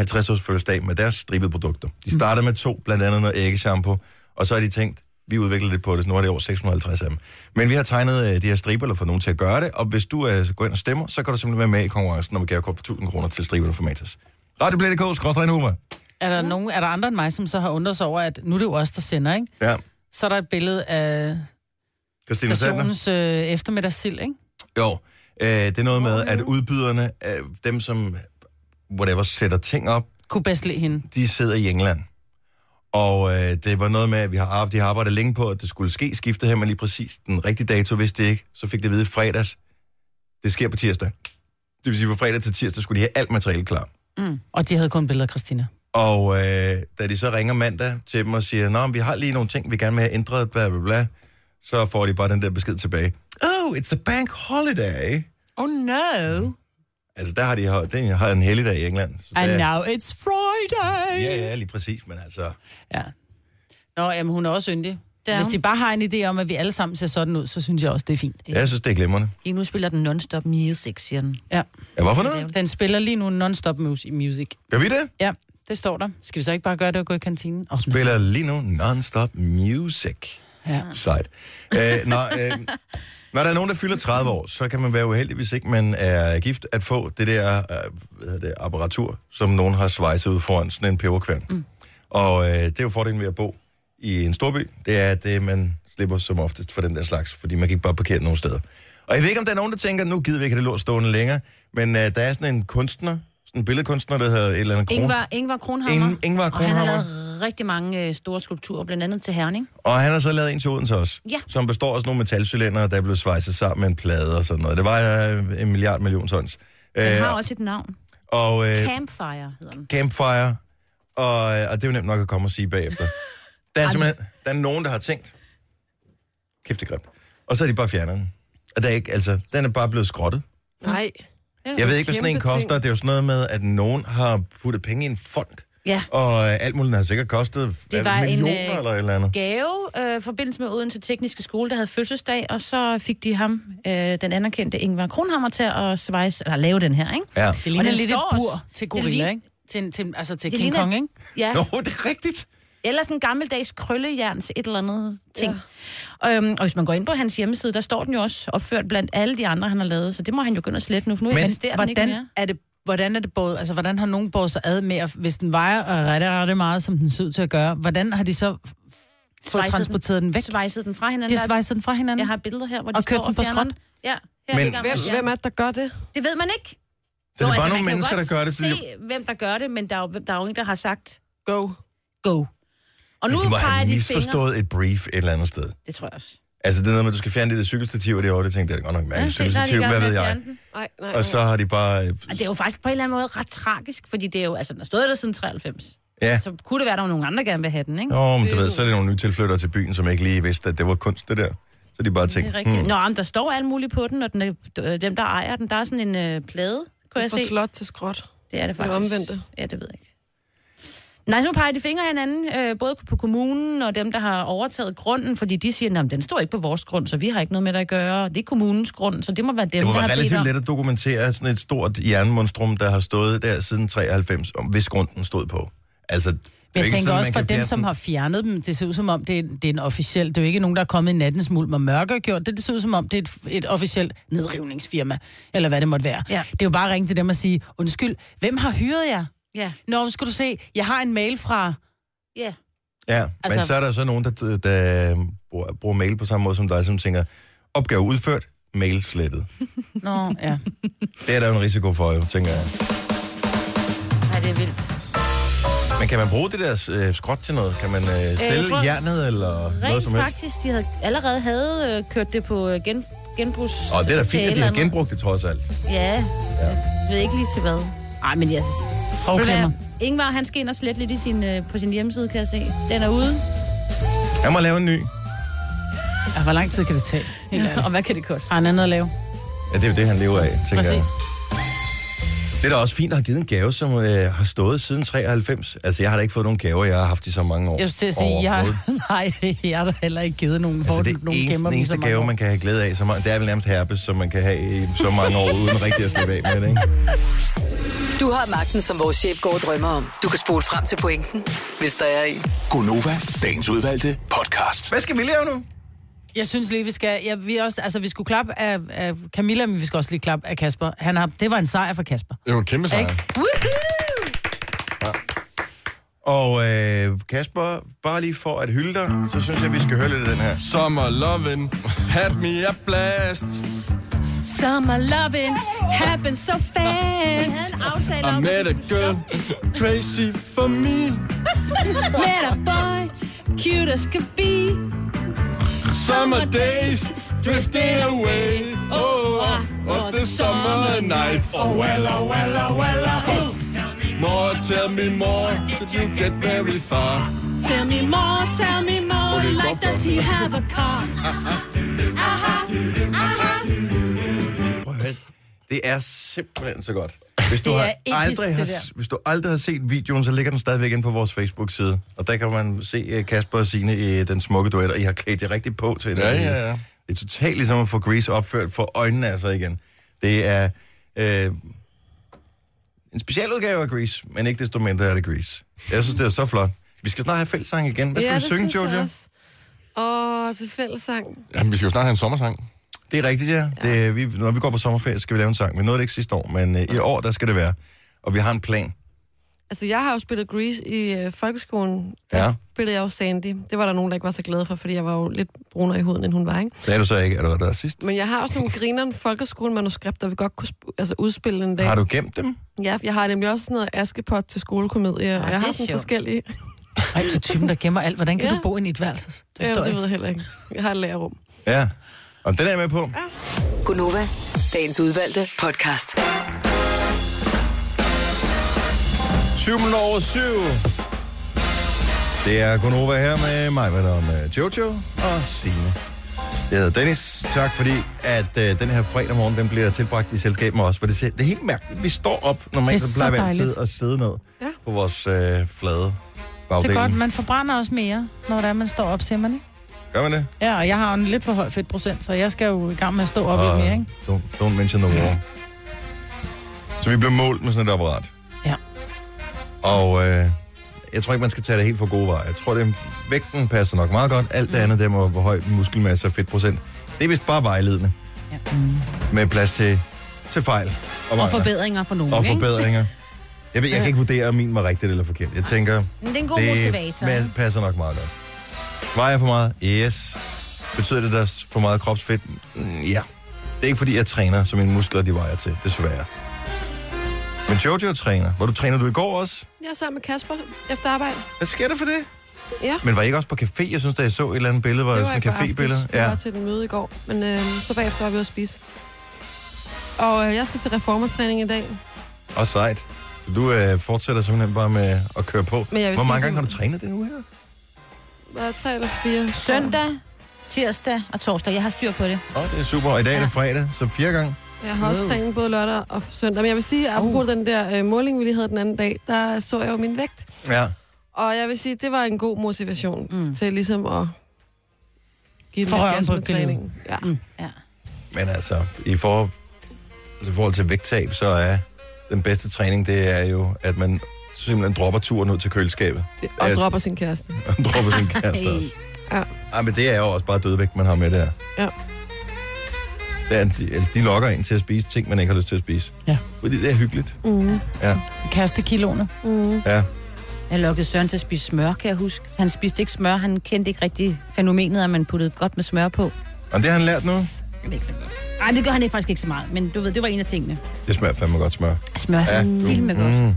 Speaker 1: 50-års fødselsdag med deres stribede produkter. De
Speaker 2: Mhm.
Speaker 1: startede med to, blandt andet noget æggeshampoo, og så har de tænkt, vi udvikler lidt på det, så nu er det over 650 af dem. Men vi har tegnet øh, de her striber, eller fået nogen til at gøre det, og hvis du øh, går ind og stemmer, så kan du simpelthen være med i konkurrencen om et gavekort på 1000 kroner til striberne for Matas. Radioplay.dk, skrådstræk nummer.
Speaker 2: Er der, nogen, er der andre end mig, som så har undret sig over, at nu er det jo os, der sender, ikke?
Speaker 1: Ja,
Speaker 2: Så er der et billede af
Speaker 1: Christine Sander.
Speaker 2: stationens øh, eftermiddagssild, ikke?
Speaker 1: Jo, øh, det er noget med, at udbyderne, øh, dem som whatever, sætter ting op,
Speaker 2: Kunne bedst lide hende.
Speaker 1: de sidder i England. Og øh, det var noget med, at vi har, de har arbejdet længe på, at det skulle ske skifte her, men lige præcis den rigtige dato vidste de ikke. Så fik det at vide i fredags. Det sker på tirsdag. Det vil sige, på fredag til tirsdag skulle de have alt materiale klar.
Speaker 2: Og de havde kun billeder af Christina.
Speaker 1: Og øh, da de så ringer mandag til dem og siger, Nå, men vi har lige nogle ting, vi gerne vil have ændret, bla bla bla, så får de bare den der besked tilbage. Oh, it's a bank holiday.
Speaker 3: Oh no!
Speaker 1: Altså, der har de har, den har en helligdag i England. Så
Speaker 2: And
Speaker 1: der,
Speaker 2: now it's Friday!
Speaker 1: ja, ja, lige præcis, men altså...
Speaker 2: Ja. Nå, jamen, hun er også yndig.
Speaker 3: Ja.
Speaker 2: Hvis de bare har en idé om, at vi alle sammen ser sådan ud, så synes jeg også, det er fint.
Speaker 1: Ja, jeg synes, det er glimrende.
Speaker 3: Lige nu spiller den non-stop music, siger den.
Speaker 2: Ja.
Speaker 1: Ja, hvorfor noget?
Speaker 2: Den spiller lige nu non-stop mus- music.
Speaker 1: Gør vi det?
Speaker 2: Ja, det står der. Skal vi så ikke bare gøre det og gå i kantinen? Oh,
Speaker 1: spiller lige nu non-stop music.
Speaker 2: Ja.
Speaker 1: Sejt. Øh, nå, øh, Når der er nogen, der fylder 30 år, så kan man være uheldig, hvis ikke man er gift, at få det der øh, hvad hedder det, apparatur, som nogen har svejset ud foran, sådan en peberkværn. Mm. Og øh, det er jo fordelen ved at bo i en storby, det er, at øh, man slipper som oftest for den der slags, fordi man kan ikke bare parkere nogen steder. Og jeg ved ikke, om der er nogen, der tænker, nu gider vi ikke have det lort stående længere, men øh, der er sådan en kunstner, sådan en billedkunstner, der hedder et eller andet kron.
Speaker 3: Ingvar, Ingvar Kronhammer.
Speaker 1: Ing- Ingvar
Speaker 3: Og han
Speaker 1: Kronhammer.
Speaker 3: har lavet rigtig mange øh, store skulpturer, blandt andet til Herning.
Speaker 1: Og han har så lavet en til Odense også,
Speaker 3: Ja.
Speaker 1: som består af sådan nogle metalcylindere, der er blevet svejset sammen med en plade og sådan noget. Det var øh, en milliard million tons.
Speaker 3: Den
Speaker 1: Øh,
Speaker 3: har også et navn.
Speaker 1: og øh,
Speaker 3: Campfire hedder den.
Speaker 1: Campfire, og, øh, og det er jo nemt nok at komme og sige bagefter. Der er simpelthen der er nogen, der har tænkt, kæft det er grimt. Og så er de bare fjernet den. Og der er ikke, altså, den er bare blevet skrottet.
Speaker 4: Nej.
Speaker 1: Jeg ved ikke, hvad sådan en
Speaker 4: Kæmpe ting.
Speaker 1: koster. Det er jo sådan noget med, at nogen har puttet penge i en fond.
Speaker 3: Ja.
Speaker 1: Og øh, alt muligt den har sikkert kostet hvad,
Speaker 3: var en,
Speaker 1: millioner
Speaker 3: øh,
Speaker 1: eller et eller andet.
Speaker 3: Gave øh, i forbindelse med Odense Tekniske Skole, der havde fødselsdag, og så fik de ham, øh, den anerkendte Ingvar Kronhammer, til at svejse, eller lave den her, ikke?
Speaker 1: Ja.
Speaker 2: Det ligner
Speaker 3: den
Speaker 2: lidt et
Speaker 3: står
Speaker 2: bur
Speaker 3: også.
Speaker 2: til
Speaker 3: Det ligner-
Speaker 2: gorilla, ikke? Til, til, altså til
Speaker 3: Det
Speaker 2: King
Speaker 3: ligner-
Speaker 2: Kong, ikke?
Speaker 3: Ja,
Speaker 1: Nå, det er rigtigt.
Speaker 3: eller sådan en gammeldags krøllejern til et eller andet ting. Ja. Øhm, og hvis man går ind på hans hjemmeside, der står den jo også opført blandt alle de andre, han har lavet, så det må han jo begynde at slette nu, for nu
Speaker 1: Men
Speaker 3: eksisterer den ikke
Speaker 2: Hvordan
Speaker 3: mere.
Speaker 2: er det Hvordan er det både, altså hvordan har nogen båret sig ad med, at, hvis den vejer og rette, rette meget, som den ser ud til at gøre, hvordan har de så f- fået
Speaker 3: Svejset
Speaker 2: transporteret den væk?
Speaker 3: Svejset den fra hinanden.
Speaker 2: De
Speaker 3: Der
Speaker 2: har
Speaker 3: er-
Speaker 2: svejset den fra hinanden?
Speaker 3: Jeg har billeder her, hvor de
Speaker 2: Og kørt
Speaker 3: står
Speaker 2: den på
Speaker 3: fjerner
Speaker 2: skrot?
Speaker 3: Ja. Her
Speaker 1: Men-
Speaker 3: i gang.
Speaker 4: Hvem,
Speaker 3: ja.
Speaker 4: hvem er det, der gør det?
Speaker 3: Det ved man ikke.
Speaker 1: Så det er
Speaker 4: altså,
Speaker 3: Nå, altså,
Speaker 1: bare
Speaker 3: man
Speaker 1: nogle
Speaker 3: kan
Speaker 1: mennesker, der
Speaker 3: godt
Speaker 1: gør det. Så de-
Speaker 3: se, hvem der gør det, men der er jo, der er jo ingen, der har sagt
Speaker 4: Go.
Speaker 3: go. Og nu
Speaker 1: de må
Speaker 3: peger
Speaker 1: have
Speaker 3: de fingre.
Speaker 1: misforstået et brief et eller andet sted.
Speaker 3: Det tror jeg også.
Speaker 1: Altså det der med, at du skal fjerne det der cykelstativ, og det er over, det tænkte jeg, det er godt nok mærkeligt
Speaker 3: Ja, se, der er de i
Speaker 1: cykelstativ,
Speaker 3: gang
Speaker 1: hvad
Speaker 3: med
Speaker 1: ved
Speaker 3: at
Speaker 1: jeg.
Speaker 3: fjerne den.
Speaker 4: Nej, nej,
Speaker 1: Og så har de bare... øh,
Speaker 3: Og det er jo faktisk på en eller anden måde ret tragisk, fordi det er jo, altså, den har stået der siden 93.
Speaker 1: Ja,
Speaker 3: Så kunne det være, at der var nogen andre, der gerne vil have den, ikke?
Speaker 1: Nå, men du ved, så er det nogle nye tilflyttere til byen, som ikke lige vidste, at det var kunst, det der. Så de bare
Speaker 3: Det er
Speaker 1: tænkte,
Speaker 3: rigtigt.
Speaker 1: hmm,
Speaker 3: Hmm. Nå, men der står alt muligt på den, og den er, øh, dem, der ejer den, der er sådan en øh, plade, kunne jeg
Speaker 4: Fra
Speaker 3: se.
Speaker 4: slot til skråt.
Speaker 3: Det er det
Speaker 4: Det er
Speaker 3: faktisk.
Speaker 4: omvendte.
Speaker 3: Ja, det ved jeg ikke. Nej, så nu peger de fingre af hinanden, øh, både på kommunen og dem, der har overtaget grunden, fordi de siger, at den står ikke på vores grund, så vi har ikke noget med det at gøre. Det er kommunens grund, så det må være dem,
Speaker 1: det må
Speaker 3: der
Speaker 1: være
Speaker 3: har bedt
Speaker 1: relativt
Speaker 3: om-
Speaker 1: let at dokumentere sådan et stort jernmonstrum, der har stået der siden 93, om hvis grund den stod på. Altså, det er jo
Speaker 2: Men jeg
Speaker 1: ikke
Speaker 2: tænker
Speaker 1: sådan,
Speaker 2: også
Speaker 1: man
Speaker 2: for
Speaker 1: kan
Speaker 2: dem,
Speaker 1: fjerne
Speaker 2: som
Speaker 1: den.
Speaker 2: har fjernet dem, det ser ud som om, det er, det er en officiel, det er jo ikke nogen, der er kommet i nattens mulm og mørke og gjort det, det ser ud som om, det er et, et officielt nedrivningsfirma, eller hvad det måtte være.
Speaker 3: Ja.
Speaker 2: Det er jo bare at ringe til dem og sige, undskyld, hvem har hyret jer?
Speaker 3: Ja,
Speaker 2: Nå, skal du se, jeg har en mail fra...
Speaker 3: ja.
Speaker 1: Ja, altså, men
Speaker 2: Altså-
Speaker 1: så er der så nogen, der, der bruger, bruger mail på samme måde som dig, som tænker, opgave udført, mail slettet.
Speaker 2: Nå, ja.
Speaker 1: Det er der jo en risiko for, jo, tænker jeg.
Speaker 3: Nej, det er vildt.
Speaker 1: Men kan man bruge det der øh, skrot til noget? Kan man øh, sælge
Speaker 3: tror-
Speaker 1: jernet eller noget som
Speaker 3: Rent
Speaker 1: helst?
Speaker 3: faktisk, de havde allerede havde øh, kørt det på øh, gen, genbrugs...
Speaker 1: Og det er da fint,
Speaker 3: til
Speaker 1: at de
Speaker 3: et
Speaker 1: har
Speaker 3: eller andet.
Speaker 1: genbrugt det trods alt.
Speaker 3: Ja,
Speaker 1: Ja.
Speaker 3: jeg ved ikke lige til hvad. Nej, men jeg... Ved du
Speaker 2: Hårdklemmer.
Speaker 3: hvad? Ingvar, han skal ind og slette lidt i sin, øh, på sin hjemmeside, kan jeg se. Den er ude.
Speaker 1: Jeg må lave en ny.
Speaker 2: Ja, hvor lang tid kan det tage? Helt ærligt.
Speaker 3: og hvad kan det koste?
Speaker 2: Har han andet at lave?
Speaker 1: Ja, det er jo det, han lever af, tænker jeg.
Speaker 2: Præcis.
Speaker 1: Det er da også fint at have givet en gave, som øh, har stået siden 93. Altså, jeg har da ikke fået nogen gaver, jeg har haft i så mange år.
Speaker 2: Jeg skulle til at sige, jeg,
Speaker 1: Overhovedet.
Speaker 2: nej, jeg har da heller ikke givet nogen, hvor
Speaker 1: Altså, det
Speaker 2: altså,
Speaker 1: er
Speaker 2: nogen
Speaker 1: eneste,
Speaker 2: gemmer
Speaker 1: den
Speaker 2: dem så
Speaker 1: eneste
Speaker 2: mange
Speaker 1: gave,
Speaker 2: år.
Speaker 1: man kan have glæde af. Så mange, det er vel nærmest herpes, som man kan have i så mange år, uden rigtig at slippe af med det, ikke?
Speaker 5: Du har magten, som vores chef går og drømmer om. Du kan spole frem til pointen, hvis der er en.
Speaker 7: Gonova, dagens udvalgte podcast.
Speaker 1: Hvad skal vi lave nu?
Speaker 2: Jeg synes lige, vi skal... Ja, vi, også, altså, vi skulle klappe af, af Camilla, men vi skal også lige klappe af Kasper. Han har, det var en sejr for Kasper.
Speaker 8: Det var en kæmpe sejr.
Speaker 2: Ikke?
Speaker 1: Og øh, Kasper, bare lige for at hylde dig, så synes jeg, vi skal høre lidt af den her.
Speaker 8: Summer lovin', had me a blast.
Speaker 3: Summer loving happens so fast. Vi havde en aftale
Speaker 8: I
Speaker 3: om,
Speaker 8: met a girl, Tracy for me.
Speaker 3: met a boy, cute as could be.
Speaker 8: Summer days, drifting away. Oh, oh, oh the summer night. Oh, wella, wella, wella. Oh. More, tell me more, did you get very far?
Speaker 3: Tell me more, tell me more.
Speaker 8: Okay, stop
Speaker 3: like,
Speaker 8: for.
Speaker 3: does he have a car?
Speaker 1: Prøv at høre. Det er simpelthen så godt. Hvis du,
Speaker 2: Det er
Speaker 1: har
Speaker 2: episk,
Speaker 1: aldrig
Speaker 2: det
Speaker 1: har,
Speaker 2: der.
Speaker 1: hvis du aldrig har set videoen, så ligger den stadigvæk inde på vores Facebook-side. Og der kan man se øh, Kasper og Signe i øh, den smukke duet, og I har klædt jer rigtig på til det.
Speaker 8: Ja, ja, ja.
Speaker 1: Det er totalt ligesom at få Grease opført for øjnene af sig igen. Det er øh, en specialudgave af Grease, men ikke desto mindre er det Grease. Jeg synes, det er så flot. Vi skal snart have fællessang igen. Hvad skal
Speaker 4: ja,
Speaker 1: vi synge, Jojo?
Speaker 4: Åh, til fællesang.
Speaker 8: Jamen, vi skal jo snart have en sommersang.
Speaker 1: Det er rigtigt, ja. Det, vi, når vi går på sommerferie, skal vi lave en sang. Vi nåede det ikke sidste år, men øh, i år, der skal det være. Og vi har en plan.
Speaker 4: Altså, jeg har jo spillet Grease i øh, folkeskolen.
Speaker 1: Ja.
Speaker 4: Der spillede jeg jo Sandy. Det var der nogen, der ikke var så glade for, fordi jeg var jo lidt brunere i huden, end hun var, ikke?
Speaker 1: Sagde du så ikke, at du var der sidst?
Speaker 4: Men jeg har også nogle grineren folkeskolemanuskripter, vi godt kunne sp- altså, udspille en dag.
Speaker 1: Har du gemt dem?
Speaker 4: Ja, jeg har nemlig også sådan noget askepot til skolekomedier, og jeg
Speaker 3: det
Speaker 4: har sådan
Speaker 3: er sjovt.
Speaker 4: forskellige.
Speaker 2: Ej, du er typen, der gemmer alt. Hvordan kan ja.
Speaker 4: Ja.
Speaker 2: du bo i et værelse? Det
Speaker 4: Jamen,
Speaker 2: forstår
Speaker 4: det
Speaker 2: jeg
Speaker 4: ved jeg heller
Speaker 2: ikke.
Speaker 4: ikke. Jeg har et lagerrum.
Speaker 1: Ja. Og den er jeg med på.
Speaker 5: Gunova, dagens udvalgte podcast.
Speaker 1: 7 minutter over 7. Det er Gunova her med mig, hvad der er med Jojo og Signe. Jeg hedder Dennis. Tak fordi, at øh, den her fredag morgen, den bliver tilbragt i selskab med os. For det, ser, det er helt mærkeligt. Vi står op normalt,
Speaker 2: Det er
Speaker 1: så plejer
Speaker 2: så
Speaker 1: vi altid
Speaker 2: dejligt.
Speaker 1: at sidde ned
Speaker 4: Ja.
Speaker 1: på vores øh, flade
Speaker 2: Det er godt,
Speaker 1: bagdeling.
Speaker 2: man forbrænder også mere, når det er, man står op, siger man, ikke?
Speaker 1: Gør man det?
Speaker 2: Ja, og jeg har jo en lidt for høj fedtprocent, så jeg skal jo i gang med at stå op i mere, ikke?
Speaker 1: don't, don't mention the war. Så vi blev målt med sådan et apparat.
Speaker 2: Ja.
Speaker 1: Og øh, jeg tror ikke, man skal tage det helt for gode varer. Jeg tror, det, vægten passer nok meget godt. Alt det andet, det må hvor høj muskelmasse og fedtprocent. Det er vist bare vejledende.
Speaker 2: Ja.
Speaker 1: Med plads til, til fejl og,
Speaker 3: Og
Speaker 1: mangler.
Speaker 3: forbedringer for nogen,
Speaker 1: og
Speaker 3: ikke?
Speaker 1: forbedringer. Jeg, ved, jeg kan ikke vurdere, om min var rigtigt eller forkert. Jeg tænker,
Speaker 3: Men det er en god motivator.
Speaker 1: det ma- passer nok meget godt. Vejer jeg for meget? Yes. Betyder det, at der er for meget kropsfedt? Mm, ja. Det er ikke, fordi jeg træner, så mine muskler de vejer til, desværre. Men Jojo træner. Hvor du træner du i går også?
Speaker 4: Jeg er sammen med Kasper efter arbejde.
Speaker 1: Hvad sker der for det?
Speaker 4: Ja.
Speaker 1: Men var I ikke også på café? Jeg synes, da jeg så et eller andet billede, var det,
Speaker 4: Det
Speaker 1: var sådan
Speaker 4: ikke
Speaker 1: et
Speaker 4: bare
Speaker 1: cafébillede.
Speaker 4: aftes. Vi
Speaker 1: Ja.
Speaker 4: var til den møde i går, men øh, så bagefter var vi ude at spise. Og øh, jeg skal til reformertræning i dag.
Speaker 1: Og sejt. Så du øh, fortsætter simpelthen bare med at køre på.
Speaker 4: Men jeg vil
Speaker 1: Hvor
Speaker 4: sige,
Speaker 1: mange gange
Speaker 4: det-
Speaker 1: har du trænet det nu her?
Speaker 4: Hvad er tre eller fire?
Speaker 3: Søndag, tirsdag og torsdag. Jeg har styr på det.
Speaker 1: Åh, oh, det er super. Og i dag er det fredag, så fire gange.
Speaker 4: Jeg har også trænet både lørdag og søndag. Men jeg vil sige, at apropos den der øh, måling, vi lige havde den anden dag, der så jeg jo min vægt.
Speaker 1: Ja.
Speaker 4: Og jeg vil sige, det var en god motivation mm. til ligesom at give den
Speaker 2: Få
Speaker 4: lidt
Speaker 2: røven
Speaker 4: gas
Speaker 2: på
Speaker 4: med
Speaker 2: kniven.
Speaker 4: træningen. Ja. Mm.
Speaker 3: Ja.
Speaker 1: Men altså, i for, altså, i forhold til vægttab, så er den bedste træning, det er jo, at man simpelthen dropper turen ud til køleskabet.
Speaker 4: Det, og
Speaker 1: Ja.
Speaker 4: dropper sin kæreste.
Speaker 1: Man dropper sin kæreste også.
Speaker 4: Ja.
Speaker 1: Ej, men det er jo også bare dødvægt, man har med der.
Speaker 4: Ja.
Speaker 1: Det er, de, altså, de lokker en til at spise ting, man ikke har lyst til at spise.
Speaker 2: Ja.
Speaker 1: Fordi det er hyggeligt.
Speaker 4: Mm.
Speaker 1: Ja,
Speaker 2: Kaste kiloene.
Speaker 1: ja.
Speaker 3: Jeg lukkede Søren til at spise smør, kan jeg huske. Han spiste ikke smør. Han kendte ikke rigtig fænomenet, at man puttede godt med smør på.
Speaker 1: Og det har han lært nu.
Speaker 3: Det er ikke så godt. Ej, det gør han ikke, faktisk ikke så meget. Men du ved, det var en af tingene.
Speaker 1: Det smager fandme godt smør.
Speaker 3: Smør er vildt godt.
Speaker 1: Mm.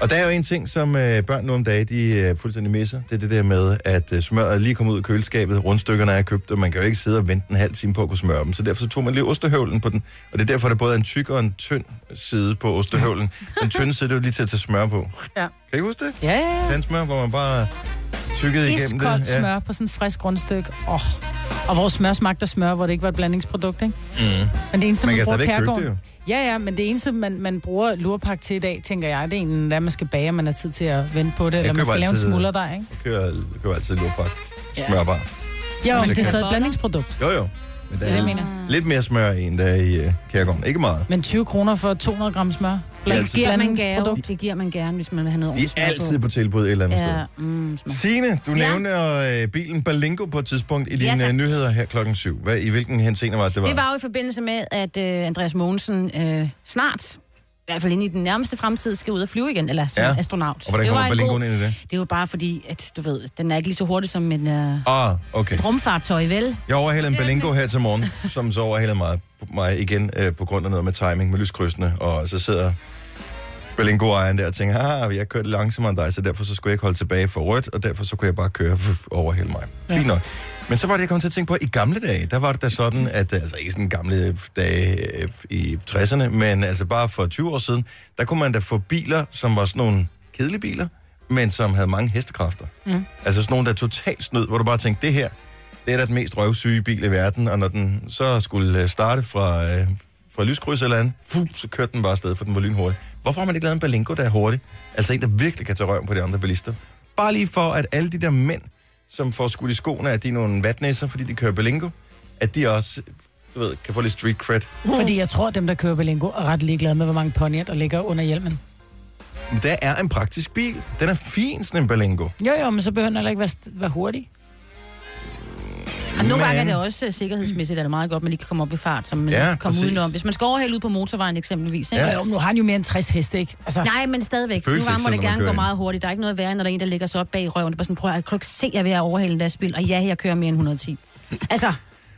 Speaker 1: Og der er jo en ting, som øh, børn nu om dagen, de øh, fuldstændig misser. Det er det der med, at øh, smøret er lige kommet ud af køleskabet, rundstykkerne er købt, og man kan jo ikke sidde og vente en halv time på at kunne smøre dem. Så derfor så tog man lige ostehøvlen på den. Og det er derfor, der både er en tyk og en tynd side på ostehøvlen. Den tynde side, det er jo lige til at tage smør på.
Speaker 2: Ja.
Speaker 1: Kan I huske det?
Speaker 2: Ja, ja, ja.
Speaker 1: Tandsmør, hvor man bare tykkede igennem det.
Speaker 2: Iskoldt smør på sådan et frisk rundstykke. Åh. Og vores smør smagte af smør, hvor det ikke var et blandingsprodukt, ikke? Mm. Men det eneste,
Speaker 1: Man
Speaker 2: man,
Speaker 1: kan
Speaker 2: bruger
Speaker 1: stadigvæk købe det,
Speaker 2: kærgården... Ja, ja, men det eneste, man, man bruger lurpak til i dag, tænker jeg, det er en, der man skal bage, og man har tid til at vente på det, eller man
Speaker 1: køber
Speaker 2: skal lave en
Speaker 1: altid-
Speaker 2: smulderdej, ikke?
Speaker 1: Jeg kører, jeg kører altid loppak. Smørbar.
Speaker 2: Ja, men det er
Speaker 1: kan-
Speaker 2: stadig et blandingsprodukt.
Speaker 1: Jo, jo. Men der
Speaker 2: Det er det,
Speaker 1: er
Speaker 2: jeg mener.
Speaker 1: lidt mere smør i, end der er i øh, kærgården. Ikke meget.
Speaker 2: Men 20 kroner for 200 gram smør.
Speaker 1: Det er
Speaker 2: Bland,
Speaker 1: altid-
Speaker 3: Giver man gave.
Speaker 2: blandingsprodukt.
Speaker 3: Det giver man gerne, hvis man vil have noget
Speaker 1: De
Speaker 3: ordentligt
Speaker 1: er
Speaker 3: smør
Speaker 1: altid på tilbud et eller andet
Speaker 3: på.
Speaker 1: sted.
Speaker 3: Ja, mm, smør.
Speaker 1: Sine, du ja.
Speaker 3: Ja.
Speaker 1: nævner øh, bilen Berlingo på et tidspunkt i dine ja,
Speaker 3: tak.
Speaker 1: nyheder her klokken 7. Hvad, I hvilken henseende var det, det var?
Speaker 3: Det var jo i forbindelse med, at øh, Andreas Mogensen øh, snart, i hvert fald inde i den nærmeste fremtid, skal ud og flyve igen, eller som
Speaker 1: Ja.
Speaker 3: ja. astronaut.
Speaker 1: Og hvordan
Speaker 3: det var
Speaker 1: kommer
Speaker 3: en
Speaker 1: Berlingoen
Speaker 3: god-
Speaker 1: ind i det?
Speaker 3: Det er jo bare fordi, at du ved, den er ikke lige så hurtig som en øh,
Speaker 1: Ah, okay.
Speaker 3: rumfartøj, vel?
Speaker 1: Jeg overhalede en Berlingo her til morgen, som så overhalede mig, mig igen øh, på grund af noget med timing med lyskrydsene. Og så sidder Berlingo-ejeren der og tænker, ah, jeg kørte langsommere end dig, så derfor så skulle jeg ikke holde tilbage for rødt, og derfor så kunne jeg bare køre og overhale mig. Ja. Fint nok. Men så var det, jeg kom til at tænke på, at i gamle dage, der var det da sådan, at øh, altså ikke sådan gamle dage øh, i 60'erne, men altså bare for 20 år siden, der kunne man da få biler, som var sådan nogle kedelige biler, men som havde mange hestekræfter. Mm. Altså sådan nogle, der totalt snød, hvor du bare tænkte, det her, det er da den mest røvsyge bil i verden, og når den så skulle øh, starte fra, øh, fra lyskryds eller andet, fuh, så kørte den bare afsted, for den var lynhurtig. Hvorfor har man ikke lavet en Berlingo, der er hurtig? Altså en, der virkelig kan tage røven på de andre bilister. Bare lige for, at alle de der mænd, som får skudt i skoene, at de er nogle vatnæsser, fordi de kører Berlingo, at de også du ved, kan få lidt street cred.
Speaker 2: Fordi jeg tror, at dem, der kører Belingo, er ret ligeglade med, hvor mange ponyer, der ligger under hjelmen.
Speaker 1: Men der er en praktisk bil. Den er fin, sådan en Berlingo.
Speaker 2: Jo, jo, men så behøver den heller ikke være, st- være hurtig.
Speaker 3: Og nogle gange er
Speaker 1: Men-
Speaker 3: det også øh, sikkerhedsmæssigt, er det meget godt, at man lige kan komme op i fart, som man
Speaker 1: Ja,
Speaker 3: ja, kan komme
Speaker 1: præcis.
Speaker 3: udenom. Hvis man skal overhale ud på motorvejen eksempelvis, ikke?
Speaker 1: Ja.
Speaker 3: Ja.
Speaker 2: Jo, men nu har han jo mere end 60 heste, ikke? Altså,
Speaker 3: Nej, men
Speaker 1: Føles
Speaker 3: stadigvæk. Føles
Speaker 1: ikke
Speaker 3: nu rammer
Speaker 1: sådan, når
Speaker 3: det
Speaker 1: man
Speaker 3: gerne
Speaker 1: kører
Speaker 3: gå
Speaker 1: ind.
Speaker 3: meget hurtigt. Der er ikke noget værre, end når der er en, der ligger sig op bag i røven. Det er bare sådan, prøv at kan du ikke se, at jeg er ved at overhale en lastbil? Og ja, jeg kører mere end 110. Altså, det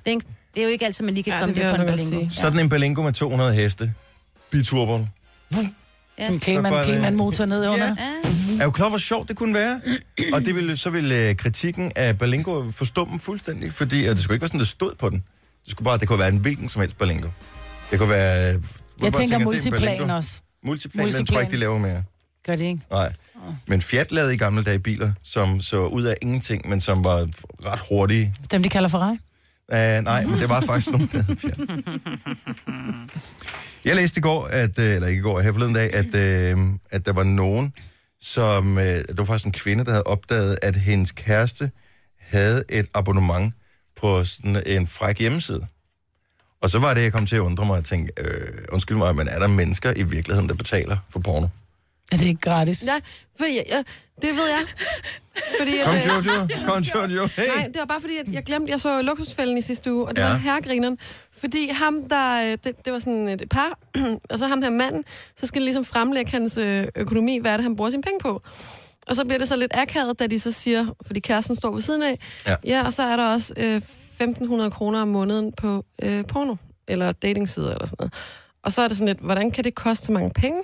Speaker 3: er, ikke- det er jo ikke altid, man lige kan
Speaker 4: Ja,
Speaker 3: ja,
Speaker 4: det
Speaker 3: komme
Speaker 4: vil
Speaker 3: det
Speaker 4: jeg
Speaker 3: på en
Speaker 4: nok også
Speaker 3: balingo. Ja.
Speaker 1: Sådan en Berlingo med 200 heste. Biturbon.
Speaker 3: Ja,
Speaker 2: en Kleman,
Speaker 1: bare det.
Speaker 2: Kleman motor ned under.
Speaker 1: Ja. Er du klar, hvor sjovt det kunne være? Og det ville, så ville øh, kritikken af Berlingo forstumme fuldstændig, fordi at det skulle ikke være sådan, der stod på den. Det skulle bare, det kunne være en hvilken som helst Berlingo. Det kunne være... øh, hvor
Speaker 2: Jeg
Speaker 1: man
Speaker 2: tænker
Speaker 1: det er en
Speaker 2: multiplan
Speaker 1: Berlingo.
Speaker 2: også.
Speaker 1: Multiplan, multiplan. den tror jeg
Speaker 2: Multiplan.
Speaker 1: ikke, de laver mere.
Speaker 2: Gør det ikke?
Speaker 1: Nej. Men Fiat lavede i gamle dage biler, som så ud af ingenting, men som var ret hurtige.
Speaker 2: Dem, de kalder Ferrari.
Speaker 1: Uh, nej, men det var faktisk nogen, der havde Fiat. Jeg læste i går, at, øh, eller ikke i går, her forleden dag, at, øh, at der var nogen, som, øh, det var faktisk en kvinde, der havde opdaget, at hendes kæreste havde et abonnement på sådan en fræk hjemmeside. Og så var det, jeg kom til at undre mig og tænke, øh, undskyld mig, men er der mennesker i virkeligheden, der betaler for porno?
Speaker 2: Er det ikke gratis?
Speaker 4: Nej, for jeg, jeg, det ved jeg. Fordi,
Speaker 1: Kom,
Speaker 4: at, øh,
Speaker 1: Jojo, kom, Jojo, hey!
Speaker 4: Nej, det var bare fordi, at jeg glemte, jeg så jo luksusfælden i sidste uge, og det
Speaker 1: Ja.
Speaker 4: ja. var herregrineren. Fordi ham, der, øh, det, det var sådan et par, og så ham her manden, så skal de ligesom fremlægge hans øh, økonomi, hvad er det, han bruger sine penge på. Og så bliver det så lidt akavet, da de så siger, fordi kæresten står ved siden af,
Speaker 1: Ja.
Speaker 4: ja og så er der også øh, 1.500 kroner om måneden på øh, porno, eller datingsider eller sådan noget. Og så er det sådan lidt, hvordan kan det koste så mange penge?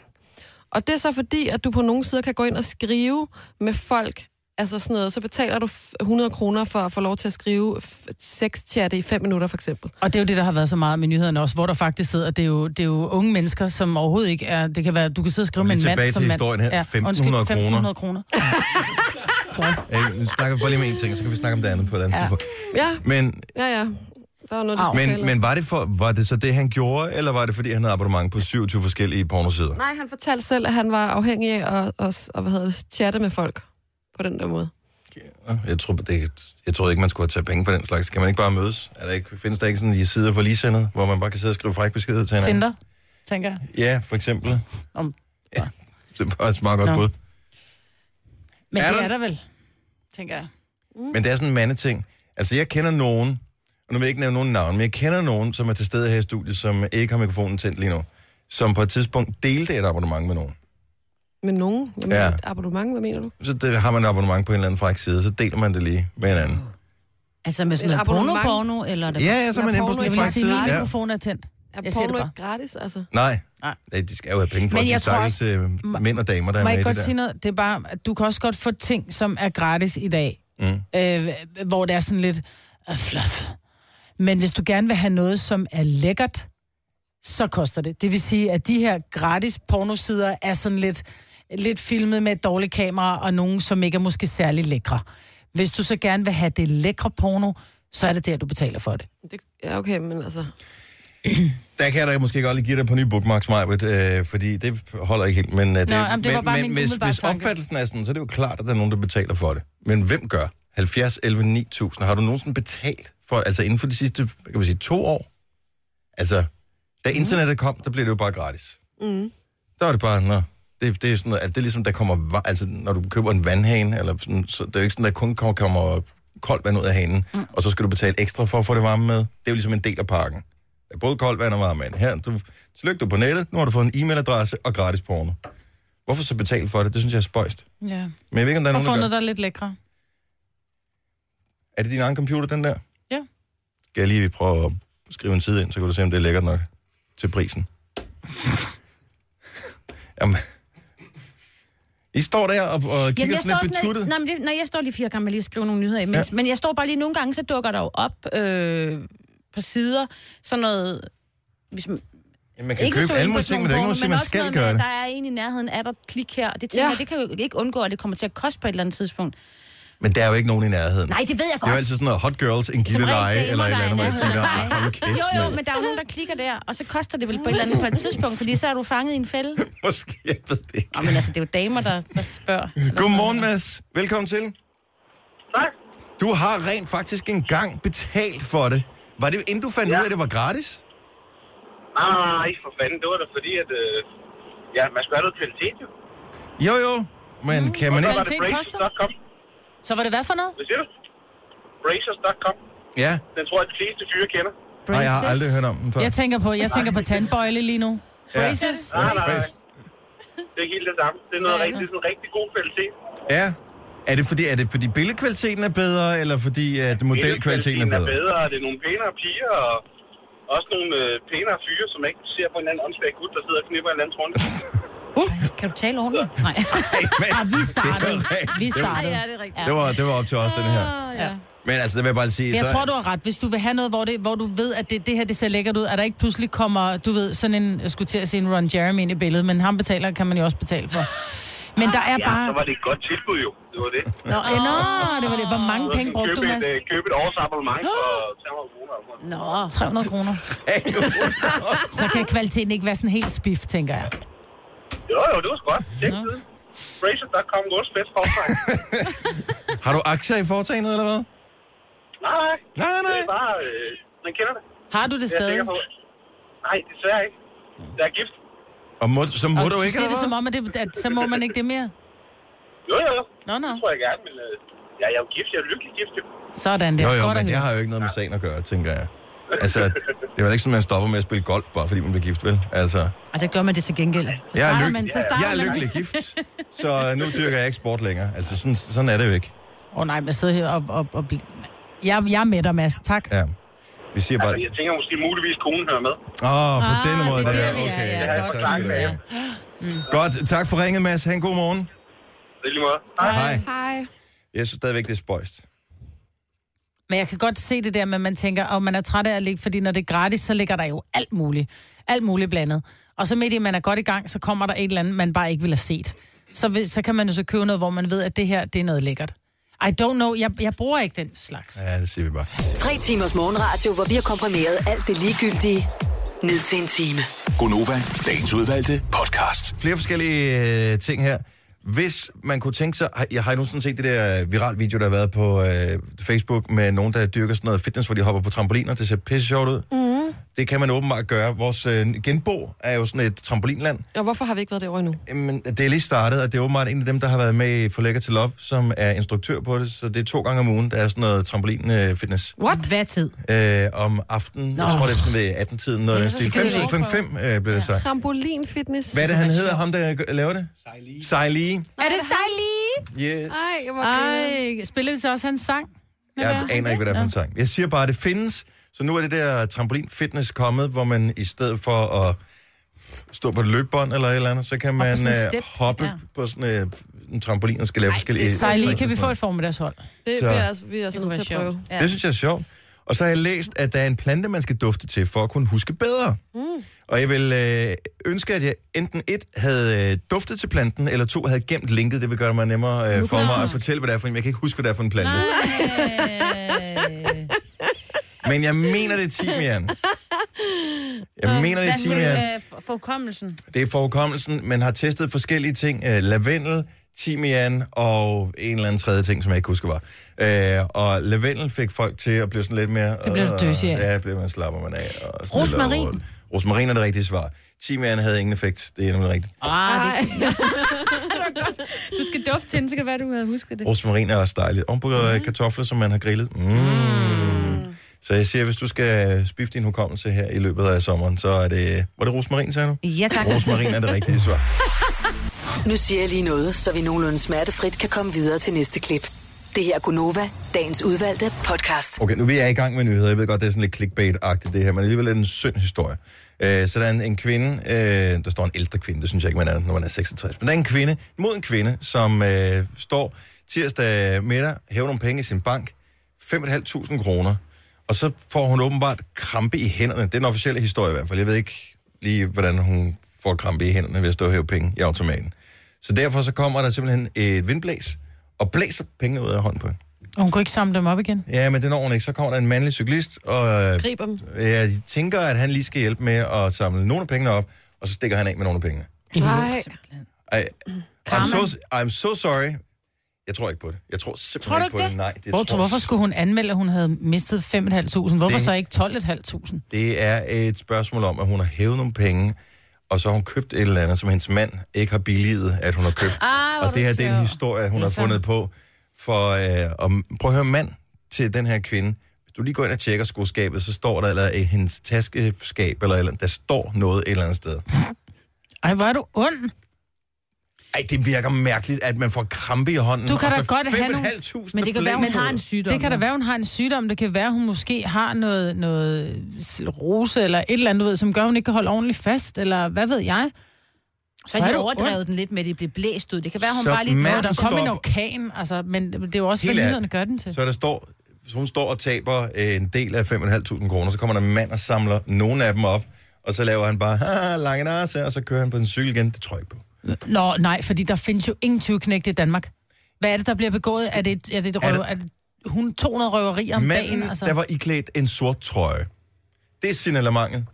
Speaker 4: Og det er så fordi, at du på nogle sider kan gå ind og skrive med folk, altså sådan noget, så betaler du f- 100 kroner for at få lov til at skrive f- sexchatte i 5 minutter, for eksempel.
Speaker 2: Og det er jo det, der har været så meget med nyhederne også, hvor der faktisk sidder, det er jo, det er jo unge mennesker, som overhovedet ikke er, det kan være, du kan sidde og skrive med en
Speaker 1: Lige
Speaker 2: mand,
Speaker 1: tilbage
Speaker 2: som
Speaker 1: til
Speaker 2: mand.
Speaker 1: historien her. 1500 kroner.
Speaker 2: 1500 kroner.
Speaker 1: Øh, nu snakker vi bare lige med en ting, så kan vi snakke om det andet på et andet ja. tidspunkt.
Speaker 4: Ja,
Speaker 1: Altså, Men,
Speaker 4: ja, ja. Der var noget, du
Speaker 2: Au.
Speaker 4: skulle tale
Speaker 1: men,
Speaker 4: om.
Speaker 1: men var, det for, var det så det, han gjorde, eller var det, fordi han havde abonnement på 27 forskellige pornosider?
Speaker 4: Nej, han fortalte selv, at han var afhængig af at, at, at hvad hedder det, chatte med folk på den der måde.
Speaker 1: Nå, Jeg, tror, det, jeg troede ikke, man skulle tage penge for den slags. Kan man ikke bare mødes? Er der ikke, findes der ikke sådan en side for ligesindede, hvor man bare kan sidde og skrive fræk beskeder til hinanden?
Speaker 2: Tinder, tænker jeg.
Speaker 1: Ja, for eksempel.
Speaker 2: Om-
Speaker 1: Ja, det er bare et smart godt
Speaker 2: Nå.
Speaker 1: bud.
Speaker 2: Men
Speaker 1: Er
Speaker 2: er det
Speaker 1: der?
Speaker 2: er der vel, tænker jeg.
Speaker 1: Men det er sådan en mandeting. Altså, jeg kender nogen, og nu vil jeg ikke nævne nogen navn, men jeg kender nogen, som er til stede her i studiet, som ikke har mikrofonen tændt lige nu, som på et tidspunkt delte et abonnement med nogen.
Speaker 4: Med nogen? Med
Speaker 1: Ja.
Speaker 4: ja. et abonnement, hvad mener du?
Speaker 1: Så det, har man et abonnement på en eller anden fræk side, så deler man det lige med hinanden.
Speaker 3: Altså med sådan
Speaker 4: Et
Speaker 3: noget
Speaker 4: abonnement.
Speaker 3: porno-porno, eller er det
Speaker 1: Ja, ja, så er man
Speaker 4: Ja,
Speaker 1: inde på
Speaker 4: porno
Speaker 1: sådan en
Speaker 4: er
Speaker 2: Jeg vil lige
Speaker 1: fræk
Speaker 2: sige,
Speaker 1: side.
Speaker 2: at min
Speaker 1: Ja.
Speaker 2: mikrofon er tændt.
Speaker 4: Er
Speaker 2: Jeg siger det
Speaker 4: porno
Speaker 2: bare.
Speaker 4: ikke gratis, altså?
Speaker 1: Nej.
Speaker 2: Nej.
Speaker 1: Nej, de skal jo have penge for,
Speaker 2: Men
Speaker 1: at de
Speaker 2: jeg tror
Speaker 1: stakkels øh, mænd og damer, der er
Speaker 2: Må
Speaker 1: med
Speaker 2: jeg
Speaker 1: i
Speaker 2: ikke
Speaker 1: det
Speaker 2: godt sige
Speaker 1: der.
Speaker 2: noget? Det er bare, at du kan også godt få ting, som er gratis i dag.
Speaker 1: Mm.
Speaker 2: Øh, hvor det er sådan lidt uh, fluff. Men hvis du gerne vil have noget, som er lækkert, så koster det. Det vil sige, at de her gratis pornosider er sådan lidt, lidt filmet med et dårligt kamera, og nogen, som ikke er måske særlig lækre. Hvis du så gerne vil have det lækre porno, så er det der, du betaler for det.
Speaker 4: Det, ja, okay, men altså...
Speaker 1: Der kan jeg da måske godt lige give dig på ny bookmarks, Majbet, øh, fordi det holder ikke helt. Men, øh, det,
Speaker 2: Nå, jamen, det var
Speaker 1: men,
Speaker 2: bare
Speaker 1: men
Speaker 2: min
Speaker 1: hvis,
Speaker 2: umiddelbare
Speaker 1: hvis
Speaker 2: tanke.
Speaker 1: opfattelsen er sådan, så er det jo klart, at der er nogen, der betaler for det. Men hvem gør? 70, 11, 9000. Har du nogensinde betalt for, altså inden for de sidste, hvad kan man sige, to år? Altså, da internettet kom, der blev det jo bare gratis. Mm. Der var det bare, nå, det, det er sådan noget, altså, det er ligesom, der kommer, va- altså når du køber en vandhane, eller sådan, så det er jo ikke sådan, der kun kommer, kommer koldt vand ud af hanen, mm. og så skal du betale ekstra for at få det varme med. Det er jo ligesom en del af pakken. Der er både koldt vand og varme vand. Her, du, tillykke du er på nettet, nu har du fået en e-mailadresse og gratis porno. Hvorfor så betale for det? Det synes jeg er spøjst.
Speaker 2: Ja.
Speaker 1: Men jeg ved ikke, om der er
Speaker 2: Og få
Speaker 1: nogen, der
Speaker 2: noget,
Speaker 1: gør.
Speaker 2: der er lidt lækre.
Speaker 1: Er det din egen computer, den der?
Speaker 2: Ja.
Speaker 1: Skal jeg lige prøve at skrive en side ind, så kan du se, om det er lækkert nok til prisen. Jamen. I står der og, og kigger
Speaker 3: Jamen, jeg
Speaker 1: sådan
Speaker 3: står
Speaker 1: lidt
Speaker 3: sådan
Speaker 1: betuttet.
Speaker 3: lidt, nej, men det, nej, jeg står lige fire gange, jeg lige skriver nogle nyheder imens.
Speaker 1: Ja.
Speaker 3: Ja. Men jeg står bare lige nogle gange, så dukker der jo op øh, på sider, sådan noget... Hvis man,
Speaker 1: Jamen, man kan
Speaker 3: ikke hvis
Speaker 1: købe
Speaker 3: du er
Speaker 1: alle
Speaker 3: inde på
Speaker 1: mulige
Speaker 3: sådan
Speaker 1: ting, men det
Speaker 3: nogle
Speaker 1: er ikke nogen, der siger,
Speaker 3: porno, men
Speaker 1: man
Speaker 3: også
Speaker 1: skal
Speaker 3: noget
Speaker 1: gøre
Speaker 3: med, at
Speaker 1: det.
Speaker 3: Der er en i nærheden, er der klik her. Det tænker
Speaker 4: Ja.
Speaker 3: ja. jeg, det kan jo ikke undgå, at det kommer til at koste på et eller andet tidspunkt.
Speaker 1: Men der er jo ikke nogen i nærheden.
Speaker 3: Nej, det ved jeg
Speaker 1: Det
Speaker 3: godt.
Speaker 1: er jo altid sådan noget hot girls, en
Speaker 3: Som
Speaker 1: gilde
Speaker 3: regel
Speaker 1: leje,
Speaker 3: damer,
Speaker 1: eller et eller
Speaker 3: der er
Speaker 1: andet, hvor jeg
Speaker 3: nærheden
Speaker 1: tænker,
Speaker 3: af dig.
Speaker 1: hold nu kæft,
Speaker 3: Jo, jo,
Speaker 1: mand.
Speaker 3: men der er jo nogen, der klikker der, og så koster det vel på et eller andet på et tidspunkt, fordi så er du fanget i en fælde.
Speaker 1: Måske, jeg ved det ikke.
Speaker 3: Nå, men altså, det er jo damer, der, der spørger.
Speaker 1: Godmorgen, Mads. Velkommen til.
Speaker 9: Tak.
Speaker 1: Du har rent faktisk engang betalt for det. Var det inden du fandt ja. ud af, at det var gratis?
Speaker 9: Nej, for fanden. Det var da fordi, at øh, ja, man skulle have noget kvalitet, jo.
Speaker 1: Jo, jo. Men mm. kan man
Speaker 9: Så
Speaker 1: ikke...
Speaker 9: var det
Speaker 2: Kvalitet koster?
Speaker 9: Brazers.com.
Speaker 2: Så var det hvad for noget?
Speaker 9: Hvad siger du? Brazers.com.
Speaker 1: Ja.
Speaker 9: Den tror jeg, de fleste fyre kender.
Speaker 1: Nej, jeg har aldrig hørt om den før.
Speaker 2: Jeg tænker på, jeg tænker på tandbøjle lige nu.
Speaker 1: Ja.
Speaker 2: Braces?
Speaker 1: Ja,
Speaker 9: Nej, nej, nej.
Speaker 1: præcis.
Speaker 9: Det er helt det samme. Det er noget rigtig, det er sådan en rigtig god kvalitet.
Speaker 1: Ja. Er det, fordi, er det fordi billedkvaliteten er bedre, eller fordi at modelkvaliteten er
Speaker 9: Kvaliteten
Speaker 1: bedre?
Speaker 9: bedre, og det er nogle pænere piger, og også nogle øh, pænere fyre, som ikke ser på en anden åndssvagt gut, der sidder og knipper en eller anden rundt.
Speaker 3: Kan du tale ordentligt? Nej.
Speaker 2: Ah, vi startede. Vi startede.
Speaker 3: det er rigtigt.
Speaker 1: Det var, det var op til os, den her.
Speaker 3: Ja. Ja.
Speaker 1: Men altså, det vil jeg bare sige.
Speaker 2: Ah, Jeg
Speaker 1: så,
Speaker 2: tror, du har ret. Hvis du vil have noget, hvor, det, hvor du ved, at det, det her det ser lækkert ud, at der ikke pludselig kommer, du ved, sådan en, jeg skulle til at sige en Ron Jeremy ind i billedet, men ham betaler kan man jo også betale for. Men der er
Speaker 9: Ja,
Speaker 2: bare...
Speaker 9: så var det et godt tilbud jo. Det var det.
Speaker 2: Nå, eh, nå, det var det. Hvor mange
Speaker 9: Så
Speaker 2: penge
Speaker 9: kunne
Speaker 2: brugte du,
Speaker 9: købe et,
Speaker 2: Mads?
Speaker 9: øh, købe et årsabonnement for 300 kroner. eller sådan noget.
Speaker 2: 300
Speaker 3: Nå.
Speaker 2: kroner. Så kan kvaliteten ikke være sådan helt spiff, tænker jeg.
Speaker 9: Jo, jo, det var sgu godt. Tjek det. Braces.com, vores bedste forfang.
Speaker 1: Har du aktier i foretagendet, eller hvad?
Speaker 9: Nej, nej.
Speaker 1: Nej,
Speaker 9: Det
Speaker 1: nej.
Speaker 9: er bare, øh, man kender det.
Speaker 2: Har du
Speaker 9: Det
Speaker 2: det
Speaker 9: er jeg
Speaker 2: stadig?
Speaker 9: sikker på. Nej, desværre ikke. Jeg er gift.
Speaker 1: Og må, så må
Speaker 2: Og
Speaker 1: du,
Speaker 2: du
Speaker 1: ikke,
Speaker 2: siger det
Speaker 1: eller
Speaker 2: som
Speaker 1: hvad?
Speaker 2: om, at, det, at så må man ikke det mere.
Speaker 9: Jo, jo, jo.
Speaker 2: Nå, nå.
Speaker 9: Det tror jeg gerne, men øh, ja, jeg er jo gift. Jeg er lykkelig gift. jo.
Speaker 2: Sådan der.
Speaker 1: Jo, jo,
Speaker 2: Godt at
Speaker 1: men det
Speaker 2: høre.
Speaker 1: har jo ikke noget med sagen at gøre, tænker jeg. Altså, det er vel ikke sådan, man stopper med at spille golf, bare fordi man bliver gift, vel? Altså,
Speaker 3: Og der gør man det til gengæld. Så
Speaker 1: jeg er,
Speaker 3: starter
Speaker 1: lyk-
Speaker 3: man, så starter
Speaker 1: jeg er
Speaker 3: man.
Speaker 1: lykkelig gift, så øh, nu dyrker jeg ikke sport længere. Altså, sådan, sådan er det jo ikke.
Speaker 2: Åh oh, nej, men sidder her og... og, og bl- jeg, jeg er med dig, Mads. Tak.
Speaker 1: Ja. Vi siger bare...
Speaker 9: Altså, jeg tænker måske muligvis, konen hører med.
Speaker 1: Åh, oh, på
Speaker 2: Ah,
Speaker 1: den måde
Speaker 2: det er
Speaker 1: der.
Speaker 2: der, vi er,
Speaker 1: Okay. Ja,
Speaker 2: ja. Mm. Det har jeg
Speaker 1: tak
Speaker 9: forklaret
Speaker 1: skal du
Speaker 9: med.
Speaker 1: have. Godt, tak for ringet, Mads. Ha' en god morgen.
Speaker 9: Det er lige måde.
Speaker 1: Hej.
Speaker 4: Hej.
Speaker 1: Jeg synes stadigvæk, det er spøjst.
Speaker 2: Men jeg kan godt se det der med, at man tænker, om man er træt af at ligge, fordi når det er gratis, så ligger der jo alt muligt. Alt muligt blandet. Og så midt i, at man er godt i gang, så kommer der et eller andet, man bare ikke ville have set. Så, vil- så kan man jo så købe noget, hvor man ved, at det her, det er noget lækkert. I don't know, jeg, jeg bruger ikke den slags.
Speaker 1: Ja, det siger vi bare.
Speaker 5: Tre timers morgenradio, hvor vi har komprimeret alt det ligegyldige ned til en time.
Speaker 7: Gonova, dagens udvalgte podcast.
Speaker 1: Flere forskellige øh, ting her. Hvis man kunne tænke sig... Har, jeg har I nogensinde set det der viral video, der har været på øh, Facebook med nogen, der dyrker sådan noget fitness, hvor de hopper på trampoliner. Det ser pisse sjovt ud. Mm. Det kan man åbenbart gøre. Vores øh, genbo er jo sådan et trampolinland.
Speaker 4: Og hvorfor har vi ikke været derovre endnu?
Speaker 1: Jamen, det er lige startet, og det er åbenbart en af dem, der har været med i For Lækker til Love, som er instruktør på det, så det er to gange om ugen, der er sådan noget trampolin-fitness
Speaker 3: What? Hvad tid?
Speaker 1: øh, om aftenen. Nå. Jeg tror, det er sådan ved 18-tiden, noget af den
Speaker 3: så
Speaker 1: stil.
Speaker 3: skal vi
Speaker 1: 5,
Speaker 3: overprøve.
Speaker 1: klokken 5 øh, blev det sagt.
Speaker 4: Trampolinfitness.
Speaker 1: Hvad er det, han hedder, ham der g- laver det? Sejli. Sejli,
Speaker 2: Er det sig lige?
Speaker 1: yes.
Speaker 4: Ej, hvor grineren.
Speaker 2: Ej, spiller det så også hans sang?
Speaker 1: Jeg aner ikke, hvad det er for en sang. Jeg siger bare, at det findes. Så nu er det der trampolin-fitness kommet, hvor man i stedet for at stå på et løbbånd eller et eller andet, så kan
Speaker 3: på
Speaker 1: man
Speaker 3: sådan et
Speaker 1: øh,
Speaker 3: step,
Speaker 1: hoppe
Speaker 3: ja.
Speaker 1: på sådan øh, en trampolin og skal lave forskellige...
Speaker 2: Sig lige,
Speaker 1: tricks
Speaker 2: kan
Speaker 1: og sådan
Speaker 2: vi få
Speaker 1: noget.
Speaker 2: et formiddagshold?
Speaker 4: Det
Speaker 1: Så-
Speaker 4: bliver altså, vi er altså
Speaker 3: Det kunne
Speaker 4: nødt til
Speaker 3: være
Speaker 4: at prøve.
Speaker 3: sjovt. Ja.
Speaker 1: Det synes jeg er sjovt. Og så har jeg læst, at der er en plante, man skal dufte til, for at kunne huske bedre. Mm. Og jeg vil øh, ønske, at jeg enten et havde øh, duftet til planten, eller to havde gemt linket. Det vil gøre det mig nemmere øh, for mig at fortælle, hvad det er for en. Jeg kan ikke huske, hvad det er for en plante. Men jeg mener, det er timian. Jeg mener, det er timian.
Speaker 3: øh, Forkommelsen.
Speaker 1: Det er forekommelsen. Man har testet forskellige ting. Øh, lavendel, timian og en eller anden tredje ting, som jeg ikke husker var. Øh, og lavendel fik folk til at blive sådan lidt mere... Det
Speaker 2: bliver du døsig af.
Speaker 1: Ja, bliver man slapper man af. Og sådan
Speaker 3: Rosmarin.
Speaker 1: lidt over- Rosmarin er det rigtige svar. Timian havde ingen effekt. Det er nemlig rigtigt.
Speaker 3: Ah, det... du skal dufte til den, så kan det være, du havde husket det.
Speaker 1: Rosmarin er også dejligt. Oven på mm. kartofler, som man har grillet. Mm. Mm. Så jeg siger, hvis du skal spifte din hukommelse her i løbet af sommeren, så er det... Var det rosmarin, sagde du?
Speaker 3: Ja, tak.
Speaker 1: Rosmarin er det rigtige svar.
Speaker 5: Nu siger jeg lige noget, så vi nogenlunde smertefrit kan komme videre til næste klip. Det her er Gunova, dagens udvalgte podcast.
Speaker 1: Okay, nu er jeg i gang med nyheder. Jeg ved godt, det er sådan lidt clickbait-agtigt det her, men alligevel er det en synd historie. Øh, så der er en, en kvinde, øh, der står en ældre kvinde, det synes jeg ikke, man er, når man er 66, men der er en kvinde mod en kvinde, som øh, står tirsdag middag, hæver nogle penge i sin bank, 5.500 kroner, og så får hun åbenbart krampe i hænderne. Det er den officielle historie i hvert fald. Jeg ved ikke lige, hvordan hun får krampe i hænderne ved at stå og hæve penge i automaten. Så derfor så kommer der simpelthen et vindblæs, og blæser pengene ud af hånden på hende.
Speaker 2: Og hun kunne ikke samle dem op igen.
Speaker 1: Ja, men det når hun ikke. Så kommer der en mandlig cyklist, og øh,
Speaker 4: Griber dem.
Speaker 1: jeg tænker, at han lige skal hjælpe med at samle nogle af pengene op, og så stikker han af med nogle af pengene.
Speaker 4: Nej.
Speaker 1: I, I'm, so, I'm so sorry. Jeg tror ikke på det. Jeg tror simpelthen
Speaker 3: Tror du
Speaker 1: ikke på
Speaker 3: ikke
Speaker 1: det.
Speaker 3: det?
Speaker 1: Nej, det
Speaker 2: Hvor, hvorfor skulle hun anmelde, at hun havde mistet 5.500? Hvorfor
Speaker 1: Det-
Speaker 2: så ikke 12.500?
Speaker 1: Det er et spørgsmål om, at hun har hævet nogle penge, og så har hun købt et eller andet, som hendes mand ikke har billiget, at hun har købt.
Speaker 3: Ah, hvor
Speaker 1: og det her,
Speaker 3: du
Speaker 1: det er en
Speaker 3: sjov.
Speaker 1: historie, hun har
Speaker 2: så-
Speaker 1: fundet på. For, øh, og prøv at høre, mand til den her kvinde Hvis du lige går ind og tjekker skoskabet, så står der, eller i hendes taskeskab, eller, eller der står noget et eller andet sted.
Speaker 2: Ej, hvor er du ond.
Speaker 1: Mm, Ej, det virker mærkeligt, at man får krampe i hånden.
Speaker 2: Du kan
Speaker 1: og
Speaker 2: da
Speaker 1: så
Speaker 2: godt have
Speaker 1: 5.500
Speaker 2: nogle-
Speaker 3: Men det kan være, hun
Speaker 1: blæser.
Speaker 3: har en sygdom.
Speaker 2: Det kan da være, hun har en sygdom. Det kan være, hun måske har noget, noget s- rose eller et eller andet, du ved, som gør, hun ikke kan holde ordentligt fast, eller hvad ved jeg.
Speaker 3: Så
Speaker 2: Hvor
Speaker 3: har
Speaker 2: er
Speaker 3: de
Speaker 2: du
Speaker 3: overdrevet den lidt med, at de blev blæst ud. Det kan være, hun
Speaker 1: Så
Speaker 3: bare lige
Speaker 1: mand-
Speaker 2: Ja,
Speaker 3: tager
Speaker 2: der kom en
Speaker 1: stop.
Speaker 2: orkan, altså, men det er jo også, hvad
Speaker 1: Helt ærligt.
Speaker 2: nyhederne gør den til.
Speaker 1: Så der står, hvis hun står og taber øh, en del af 5.500 kroner, så kommer der en mand og samler nogle af dem op, og så laver han bare, haha, lange nase, og så kører han på en cykel igen. Det tror jeg ikke på.
Speaker 2: Nå, nej, fordi der findes jo ingen tyveknægte i Danmark. Hvad er det, der bliver begået? Er det, et- er det, et
Speaker 1: Er
Speaker 2: røv,
Speaker 1: det-
Speaker 2: er det hun 200 røverier om
Speaker 1: Manden,
Speaker 2: dagen? Altså?
Speaker 1: der var iklædt en sort trøje. Det er signalementet.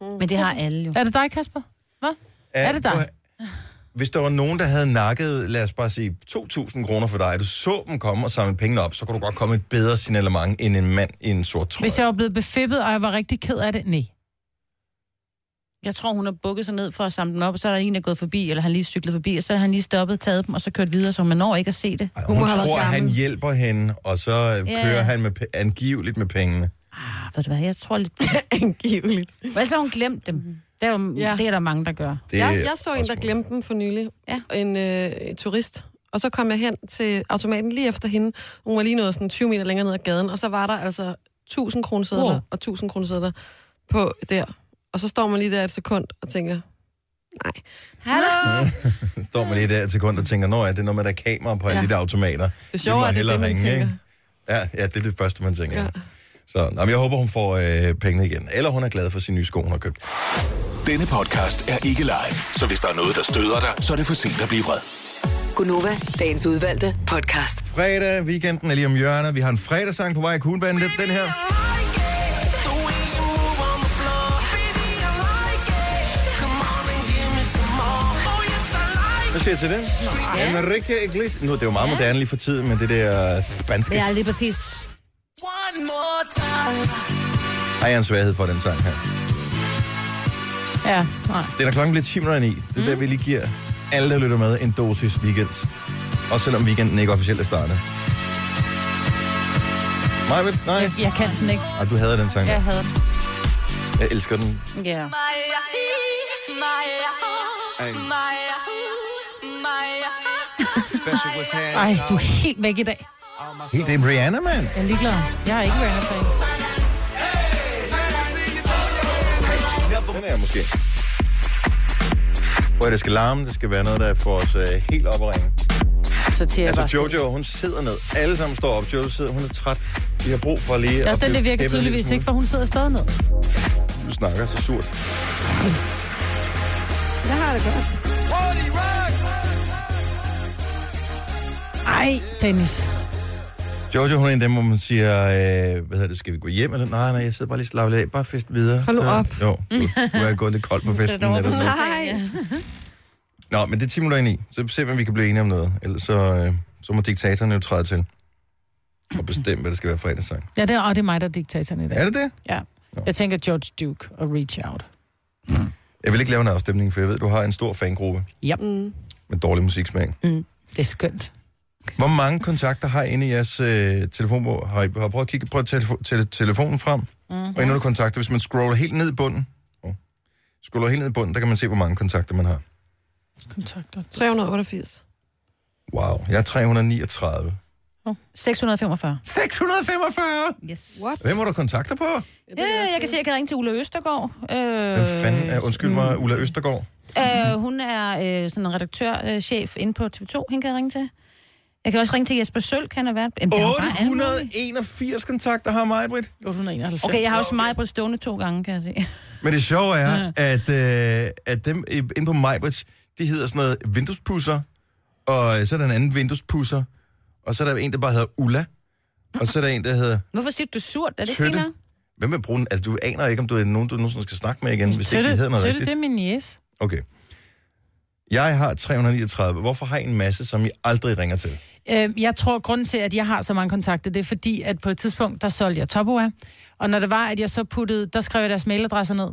Speaker 3: Mm. Men det har alle jo.
Speaker 2: Er det dig, Kasper? Hvad?
Speaker 1: Ja,
Speaker 2: Er det dig?
Speaker 1: prøv at- Hvis der var nogen, der havde nakket, lad os bare sige, 2.000 kroner for dig, du så dem komme og samle pengene op, så kunne du godt komme et bedre signalement end en mand i en sort trøje.
Speaker 2: Hvis jeg var blevet befippet, og jeg var rigtig ked af det, nej.
Speaker 3: Jeg tror, hun har bukket sig ned for at samle den op, og så er der en, der er gået forbi, eller han lige cyklet forbi, og så har han lige stoppet, taget dem, og så kørt videre, så man når ikke at se det.
Speaker 1: Ej,
Speaker 4: Hun
Speaker 1: hun,
Speaker 4: må
Speaker 1: hun
Speaker 4: have været
Speaker 1: tror,
Speaker 4: gammel.
Speaker 1: han hjælper hende, og så øh,
Speaker 3: Ja.
Speaker 1: kører han med, pe- angiveligt med pengene.
Speaker 3: Ah, ved du hvad, jeg tror lidt...
Speaker 4: Angiveligt.
Speaker 3: Vel, så har hun glemt dem. Det er, jo,
Speaker 4: Ja.
Speaker 3: ja. det er der mange, der gør.
Speaker 1: Det
Speaker 4: jeg,
Speaker 1: er
Speaker 4: jeg så en,
Speaker 1: også
Speaker 4: der glemte dem for nylig.
Speaker 3: Ja.
Speaker 4: En øh, turist. Og så kom jeg hen til automaten lige efter hende. Hun var lige nået sådan 20 meter længere ned ad gaden, og så var der altså 1000 kronesedler
Speaker 3: Wow.
Speaker 4: og 1000 kronesedler på der. Og så står man lige der et sekund og tænker, nej. Hallo!
Speaker 1: Så står man lige der et sekund og tænker, nå ja, det er noget med, der er kamera på alle
Speaker 4: Ja.
Speaker 1: de der automater.
Speaker 4: Det sjove
Speaker 1: må
Speaker 4: er, at det er
Speaker 1: hellere
Speaker 4: det, man
Speaker 1: ringe,
Speaker 4: tænker.
Speaker 1: ikke? Ja, ja, det er det første, man tænker. Ja.
Speaker 4: Ja.
Speaker 1: Så jamen, jeg håber, hun får øh, pengene igen. Eller hun er glad for sin nye sko, hun har købt.
Speaker 7: Denne podcast er ikke live, så hvis der er noget, der støder dig, så er det for sent at blive vred.
Speaker 5: Gunova, dagens udvalgte podcast.
Speaker 1: Fredag, weekenden er lige om hjørnet. Vi har en fredagssang på vej i Kuglbandet. Den her. Hvad siger du til det? Ja. Enrique Iglesias. Nu, det er jo meget moderne lige for tiden, men det der spanske.
Speaker 3: Det er lige præcis.
Speaker 1: Har jeg en svaghed for den sang her?
Speaker 2: Ja, nej.
Speaker 1: Det er da klokken bliver 10 minutter i. Det er mm. der, vi lige giver alle, der lytter med, en dosis weekend. Også selvom weekenden ikke officielt er startet. Nej, vel? Nej.
Speaker 2: Jeg, jeg kan den ikke.
Speaker 1: Ej, du hader den sang.
Speaker 2: Jeg
Speaker 1: Ja.
Speaker 2: havde den.
Speaker 1: Jeg elsker den.
Speaker 3: Ja.
Speaker 2: Ej, du er helt væk i dag.
Speaker 1: Helt det er Rihanna, mand.
Speaker 2: Jeg er ligeglad. Jeg er ikke Rihanna-fan.
Speaker 1: Den er jeg måske. Hvor det skal larme, det skal være noget, der får os øh, helt op og ringe.
Speaker 2: Så til jeg
Speaker 1: Altså
Speaker 2: bare...
Speaker 1: Jojo, hun sidder ned. Alle sammen står op. Jojo sidder, hun er træt. Vi har brug for lige...
Speaker 2: Ja,
Speaker 1: at
Speaker 2: den
Speaker 1: blive
Speaker 2: der virker
Speaker 1: peppet en lille
Speaker 2: tydeligvis
Speaker 1: smule.
Speaker 2: ikke, for hun sidder stadig ned.
Speaker 1: Du snakker så surt.
Speaker 2: Ej, Dennis.
Speaker 1: Jojo, hun er en af dem, hvor man siger, øh, hvad hedder det, skal vi gå hjem? Eller, nej, nej, jeg sidder bare lige slappet af, bare fest videre.
Speaker 4: Hold nu
Speaker 1: Så-
Speaker 4: op.
Speaker 1: Jo, du, du er gået lidt kold på festen. eller sådan.
Speaker 4: Nej.
Speaker 1: Nå, men det er 10 minutter ind i, så ser vi, om vi kan blive enige om noget. Ellers så, øh, så må diktatoren jo træde til og bestemme, hvad det skal være fredagssang.
Speaker 2: Ja, det er, og det er mig, der er diktatoren i dag.
Speaker 1: Er det det?
Speaker 2: Ja. Jeg tænker George Duke og Reach Out.
Speaker 1: Jeg vil ikke lave en afstemning, for jeg ved, du har en stor fangruppe
Speaker 2: Ja,
Speaker 4: Mm.
Speaker 1: med dårlig musiksmag.
Speaker 3: Mm.
Speaker 2: det er skønt.
Speaker 1: Hvor mange kontakter har I inde i jeres øh, telefonbog? Har I har I prøvet at kigge prøv at tage telefo- tele- telefonen frem? Mm-hmm.
Speaker 3: Mm.
Speaker 1: Og endnu du kontakter, hvis man scroller helt ned i bunden, oh, scroller helt ned i bunden, der kan man se, hvor mange kontakter man har.
Speaker 2: Kontakter.
Speaker 4: 388.
Speaker 1: Wow, jeg er 339.
Speaker 3: 645.
Speaker 1: 645!
Speaker 3: Yes.
Speaker 4: What?
Speaker 1: Hvem var du kontakter på?
Speaker 3: Ja, jeg kan se, at jeg kan ringe til Ulla Østergaard. Øh,
Speaker 1: Hvem fanden er, undskyld
Speaker 3: mm.
Speaker 1: mig, Ulla Østergaard?
Speaker 3: Øh, hun er øh, sådan en redaktørchef inde på TV2, hende kan jeg ringe til. Jeg kan også ringe til Jesper Sølk, han har været... Jamen, der er jo bare alle mulige.
Speaker 1: 881 kontakter har mig, Britt.
Speaker 2: 891.
Speaker 3: Okay, jeg har også mig på stående to gange, kan jeg se.
Speaker 1: Men det sjove er, at, øh, at dem i- inde på MyBridge, de hedder sådan noget vinduespusser, og øh, så er der en anden vinduespusser, og så er der en, der bare hedder Ulla, og så er der en, der hedder
Speaker 3: Hvorfor siger du surt? Er det ikke
Speaker 1: Tøtte.
Speaker 3: fint nok?
Speaker 1: Hvem vil bruge den? Altså, du aner ikke, om du er nogen, du nogensinde skal snakke med igen, hvis
Speaker 2: Sødte,
Speaker 1: ikke de hedder noget
Speaker 2: sødte,
Speaker 1: rigtigt.
Speaker 2: det er min yes.
Speaker 1: Okay. Jeg har 339. Hvorfor har I en masse, som I aldrig ringer til?
Speaker 2: Øh, jeg tror, grunden til, at jeg har så mange kontakter, det er fordi, at på et tidspunkt, der solgte jeg Topua. Og når det var, at jeg så puttede, der skrev jeg deres mailadresser ned.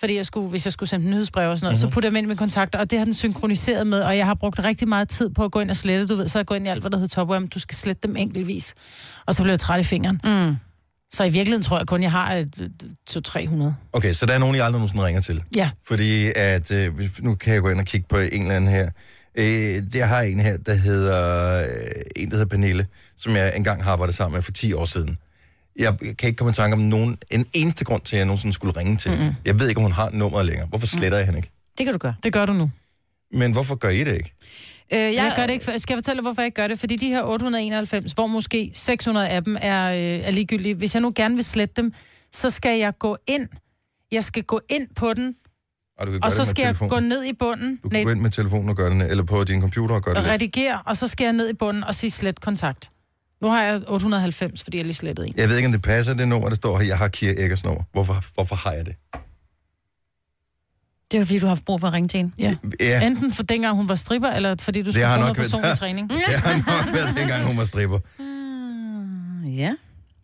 Speaker 2: fordi jeg skulle, hvis jeg skulle sende nyhedsbrev og sådan noget, mm-hmm.
Speaker 3: Mhm.
Speaker 2: så putter jeg dem ind i mine kontakter, og det har den synkroniseret med, og jeg har brugt rigtig meget tid på at gå ind og slette, du ved, så jeg går ind i alt, hvad der hedder Topworm, du skal slette dem enkeltvis, og så bliver jeg træt i fingeren. Mm. Så i virkeligheden tror jeg kun, jeg har et, et, et, 200-300.
Speaker 1: Okay, så der er nogen, jeg aldrig nogensinde ringer til.
Speaker 2: Ja.
Speaker 1: Fordi at, øh, hvis- nu kan jeg gå ind og kigge på en eller anden her. Øh, jeg har en her, der hedder, øh, en der hedder Pernille, som jeg engang har arbejdet sammen med for 10 år siden. Jeg kan ikke komme i tanke om nogen, en eneste grund til, at jeg nogensinde skulle ringe til. Mm-hmm. Jeg ved ikke, om hun har nummeret længere. Hvorfor sletter jeg hende ikke?
Speaker 3: Det kan du gøre.
Speaker 2: Mm. Det gør du nu.
Speaker 1: Men hvorfor gør I det ikke?
Speaker 3: Øh, jeg,
Speaker 2: Jeg gør det ikke. for- Skal jeg fortælle, hvorfor jeg ikke gør det? Fordi de her 891, hvor måske 600 af dem er, øh, er ligegyldige. Hvis jeg nu gerne vil slette dem, så skal jeg gå ind. Jeg skal gå ind på den,
Speaker 1: Og, du kan gøre
Speaker 2: og
Speaker 1: det
Speaker 2: så
Speaker 1: med
Speaker 2: skal jeg
Speaker 1: telefonen.
Speaker 2: gå ned i bunden.
Speaker 1: Du kan
Speaker 2: Nej,
Speaker 1: gå ind med telefonen og gøre det, eller på din computer og gøre det.
Speaker 2: redigere, og så skal jeg ned i bunden og sige slet kontakt. Nu har jeg 890, fordi jeg lige slettede en.
Speaker 1: Jeg ved ikke, om det passer, det nummer, der står her. Jeg har Kira Eggers nummer. Hvorfor, hvorfor har jeg det?
Speaker 3: det er jo fordi, du har haft brug for at ringe til en.
Speaker 2: Ja.
Speaker 1: Ja,
Speaker 2: Enten for dengang hun var stripper, eller fordi du skulle
Speaker 1: har
Speaker 2: bruge noget
Speaker 1: nok været-
Speaker 2: personlig træning.
Speaker 1: det har nok været dengang, hun var stripper.
Speaker 3: Ah, Ja.